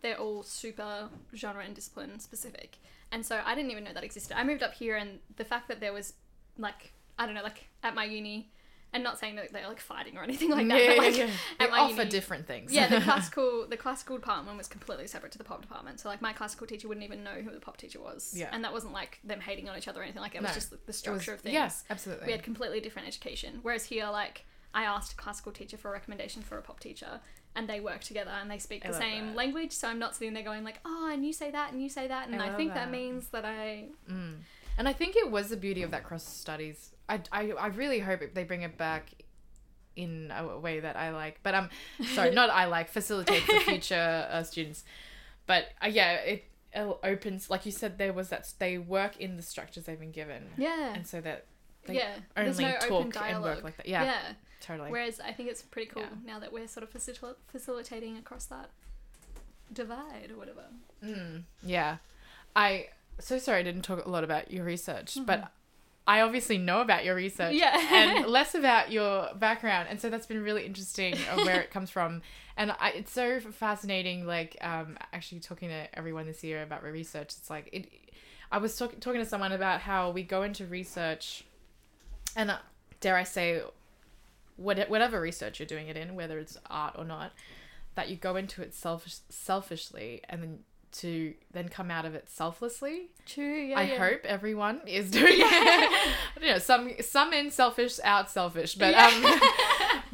B: they're all super genre and discipline specific. And so I didn't even know that existed. I moved up here, and the fact that there was like I don't know, like at my uni, and not saying that they're like fighting or anything like that,
A: Mm. yeah,
B: but like
A: yeah, yeah. They
B: at my
A: offer
B: uni-
A: different things.
B: yeah, the classical the classical department was completely separate to the pop department. So like my classical teacher wouldn't even know who the pop teacher was.
A: Yeah.
B: and that wasn't like them hating on each other or anything like that. It was
A: No,
B: just the- the
A: It was-
B: structure of things.
A: Yeah, absolutely.
B: We had completely different education. Whereas here, like, I asked a classical teacher for a recommendation for a pop teacher, and they work together and they speak
A: I
B: the
A: love
B: same
A: that.
B: language. So I'm not sitting there going like, oh, and you say that, and you say that, and
A: I
B: I,
A: love
B: think that.
A: that.
B: means that I.
A: Mm. And I think it was the beauty of that cross studies. I, I, I really hope it- they bring it back in a w- way that I like. But um, sorry, not I like facilitates the future uh, students. But uh, yeah, it, it opens like you said. There was that s- they work in the structures they've been given,
B: Yeah.
A: and so that they
B: yeah. There's
A: only
B: no open
A: talk and
B: dialogue.
A: work like that. Yeah,
B: yeah.
A: totally.
B: Whereas I think it's pretty cool
A: Yeah.
B: now that we're sort of facil- facilitating across that divide or whatever.
A: Mm, yeah. I so sorry I didn't talk a lot about your research, but I obviously know about your research
B: Yeah.
A: and less about your background. And so that's been really interesting of where it comes from. And I, it's so fascinating, like um, actually talking to everyone this year about my research. It's like it, I was talk, talking to someone about how we go into research and uh, dare I say, what, whatever research you're doing it in, whether it's art or not, that you go into it selfish, selfishly and then to then come out of it selflessly.
B: True. Yeah.
A: I hope everyone is doing it. you know, some some in selfish, out selfish, but um,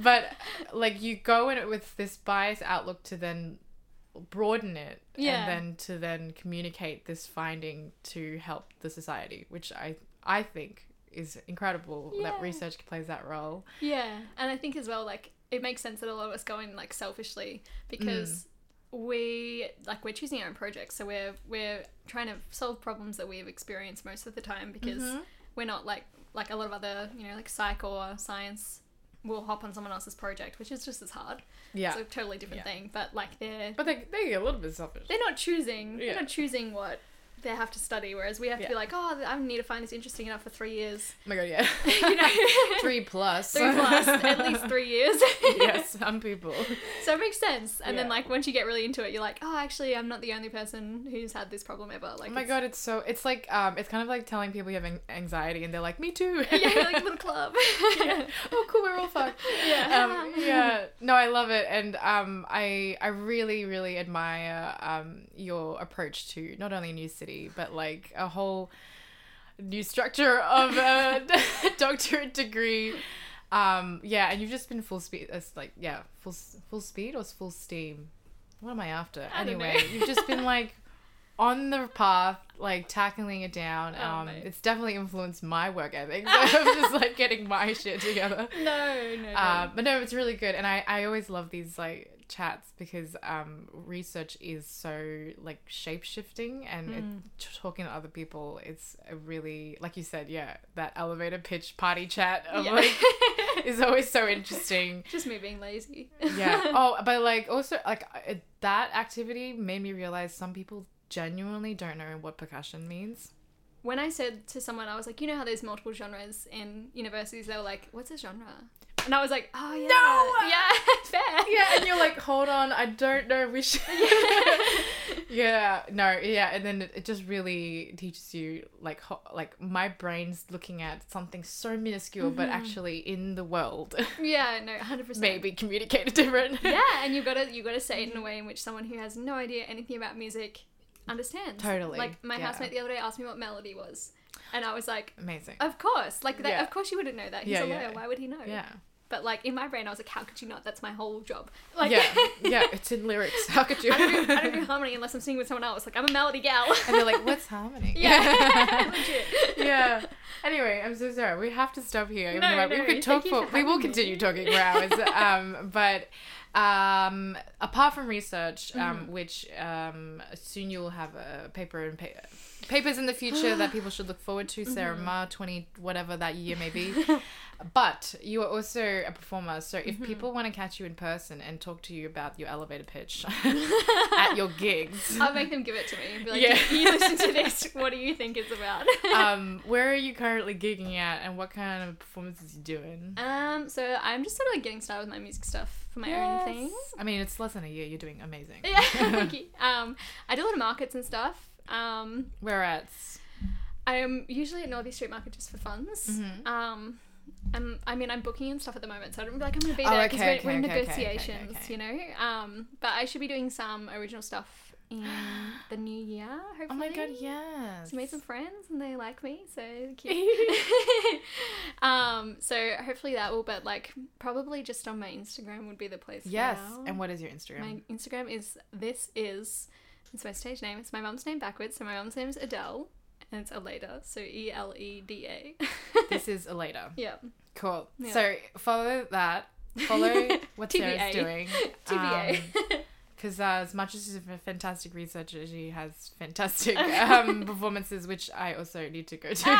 A: but like you go in it with this biased outlook to then broaden it
B: Yeah.
A: and then to then communicate this finding to help the society, which I I think is incredible
B: Yeah.
A: that research plays that role.
B: Yeah, and I think as well, like it makes sense that a lot of us go in like selfishly because
A: Mm.
B: we like we're choosing our own projects, so we're we're trying to solve problems that we've experienced most of the time because
A: Mm-hmm.
B: we're not like like a lot of other you know like psych or science will hop on someone else's project, which is just as hard.
A: Yeah.
B: It's a totally different
A: Yeah.
B: thing, but like they're
A: but they, they get a little bit selfish. Oh
B: they're not choosing
A: Yeah.
B: they're not choosing what they have to study, whereas we have to
A: Yeah.
B: be like, oh, I need to find this interesting enough for three years,
A: Oh my god, yeah.
B: you know,
A: three plus.
B: three plus at least three years.
A: yes, some people.
B: So it makes sense. And then
A: Yeah.
B: like once you get really into it, you're like, oh, actually, I'm not the only person who's had this problem ever. Like,
A: Oh my
B: it's-
A: god, it's so it's like um it's kind of like telling people you have an- anxiety and they're like, Me too.
B: yeah, you're like a little club. yeah.
A: oh cool, we're all fucked.
B: Yeah.
A: Um, yeah. No, I love it and um I I really, really admire um your approach to not only New City, but like a whole new structure of a doctorate degree. Um, yeah, and you've just been full speed. It's like yeah, full s- full speed or s- full steam. What am I after?
B: I don't know.
A: anyway, you've just been like on the path, like tackling it down.
B: Oh,
A: um,
B: mate.
A: it's definitely influenced my work ethic. So I'm just like getting my shit together.
B: No, no. no.
A: Um, but no, it's really good, and I, I always love these like chats because um, research is so like shape shifting, and it, t- talking to other people, it's a really like you said, yeah, that elevator pitch party chat of
B: Yeah.
A: like is always so interesting.
B: Just me being lazy.
A: Yeah. Oh, but like also like uh, it, that activity made me realize some people genuinely don't know what percussion means.
B: when I said to someone, I was like, you know how there's multiple genres in universities? They were like, what's a genre? And I was like, oh yeah,
A: No!
B: yeah, fair.
A: Yeah, and you're like, hold on, I don't know which. yeah, no, yeah, and then it, it just really teaches you like ho- like my brain's looking at something so minuscule,
B: Mm-hmm.
A: but actually in the world,
B: yeah, no, hundred percent.
A: maybe communicated different.
B: Yeah, and you gotta you gotta say it in a way in which someone who has no idea anything about music understands.
A: Totally,
B: Like my
A: yeah.
B: housemate the other day asked me what melody was, and I was like,
A: Amazing.
B: Of course, like that,
A: Yeah.
B: of course you wouldn't know that. He's
A: Yeah,
B: a lawyer.
A: yeah.
B: Why would he know?
A: Yeah.
B: But like in my brain, I was like, how could you not? That's my whole job. Like,
A: yeah, yeah, it's in lyrics. How could you?
B: I don't, do, I don't do harmony unless I'm singing with someone else. Like I'm a melody gal.
A: and they're like, what's harmony?
B: yeah, legit.
A: yeah. Anyway, I'm so sorry. We have to stop here. Even
B: No,
A: though I-
B: no,
A: we could talk
B: thank you
A: for,
B: for
A: we will
B: having me.
A: continue talking for hours. um, but Um, apart from research,
B: Mm-hmm.
A: um, which um, soon you'll have a paper and pa- papers in the future that people should look forward to. Sarah
B: Mm-hmm.
A: Ma, twenty whatever that year may be. but you are also a performer, so if
B: Mm-hmm.
A: people want to catch you in person and talk to you about your elevator pitch at your gigs,
B: I'll make them give it to me and be like,
A: Yeah.
B: you, you listen to this. What do you think it's about?
A: um, where are you currently gigging at, and what kind of performances you doing?
B: um, so I'm just sort of like getting started with my music stuff for my own thing.
A: I mean, it's less than a year. You're doing amazing.
B: Yeah, thank you. Um, I do a lot of markets and stuff. Um,
A: Where at?
B: I am usually at Northie Street Market just for funds.
A: Mhm.
B: Um, I'm, I mean, I'm booking and stuff at the moment, so I don't be like I'm gonna be
A: Oh,
B: there because
A: okay,
B: we're, we're in
A: okay, okay, okay, okay,
B: negotiations,
A: okay.
B: you know. Um, but I should be doing some original stuff in the new year, hopefully.
A: Oh my god, yes.
B: So I made some friends and they like me, so cute. um, so hopefully that will, but like probably just on my Instagram would be the place. for
A: Yes.
B: now.
A: And what is your Instagram?
B: My Instagram is this is it's my stage name. It's my mum's name backwards. So my mum's name is Adele, and it's Eleda. So E L E D A.
A: This is later.
B: Yeah.
A: Cool.
B: Yeah.
A: So follow that. Follow what
B: TBA.
A: Sarah's doing.
B: TBA.
A: Because uh, as much as she's a f- fantastic researcher, she has fantastic um, performances, which I also need to go to.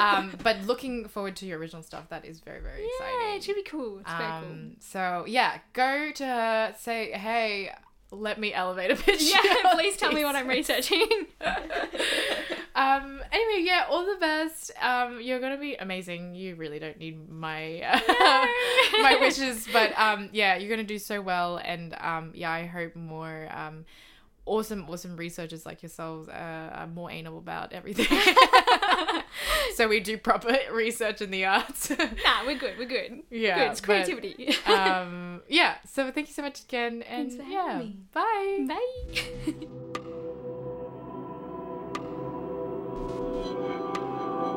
A: um, but looking forward to your original stuff, that is very, very
B: yeah,
A: exciting.
B: it should be cool. It's very cool.
A: Um, so yeah, go to her, say, hey, let me elevate a bit.
B: Yeah, please tell me what I'm researching.
A: Um, anyway, yeah, all the best. Um, you're gonna be amazing. You really don't need my uh, my wishes, but um, yeah, you're gonna do so well, and um, yeah, I hope more um, awesome, awesome researchers like yourselves uh, are more anal about everything. so we do proper research in the arts.
B: nah, we're good. We're good.
A: yeah,
B: good. It's
A: but,
B: creativity.
A: um, yeah. So thank you so much again, and
B: Thanks for
A: yeah,
B: having me.
A: bye.
B: Bye.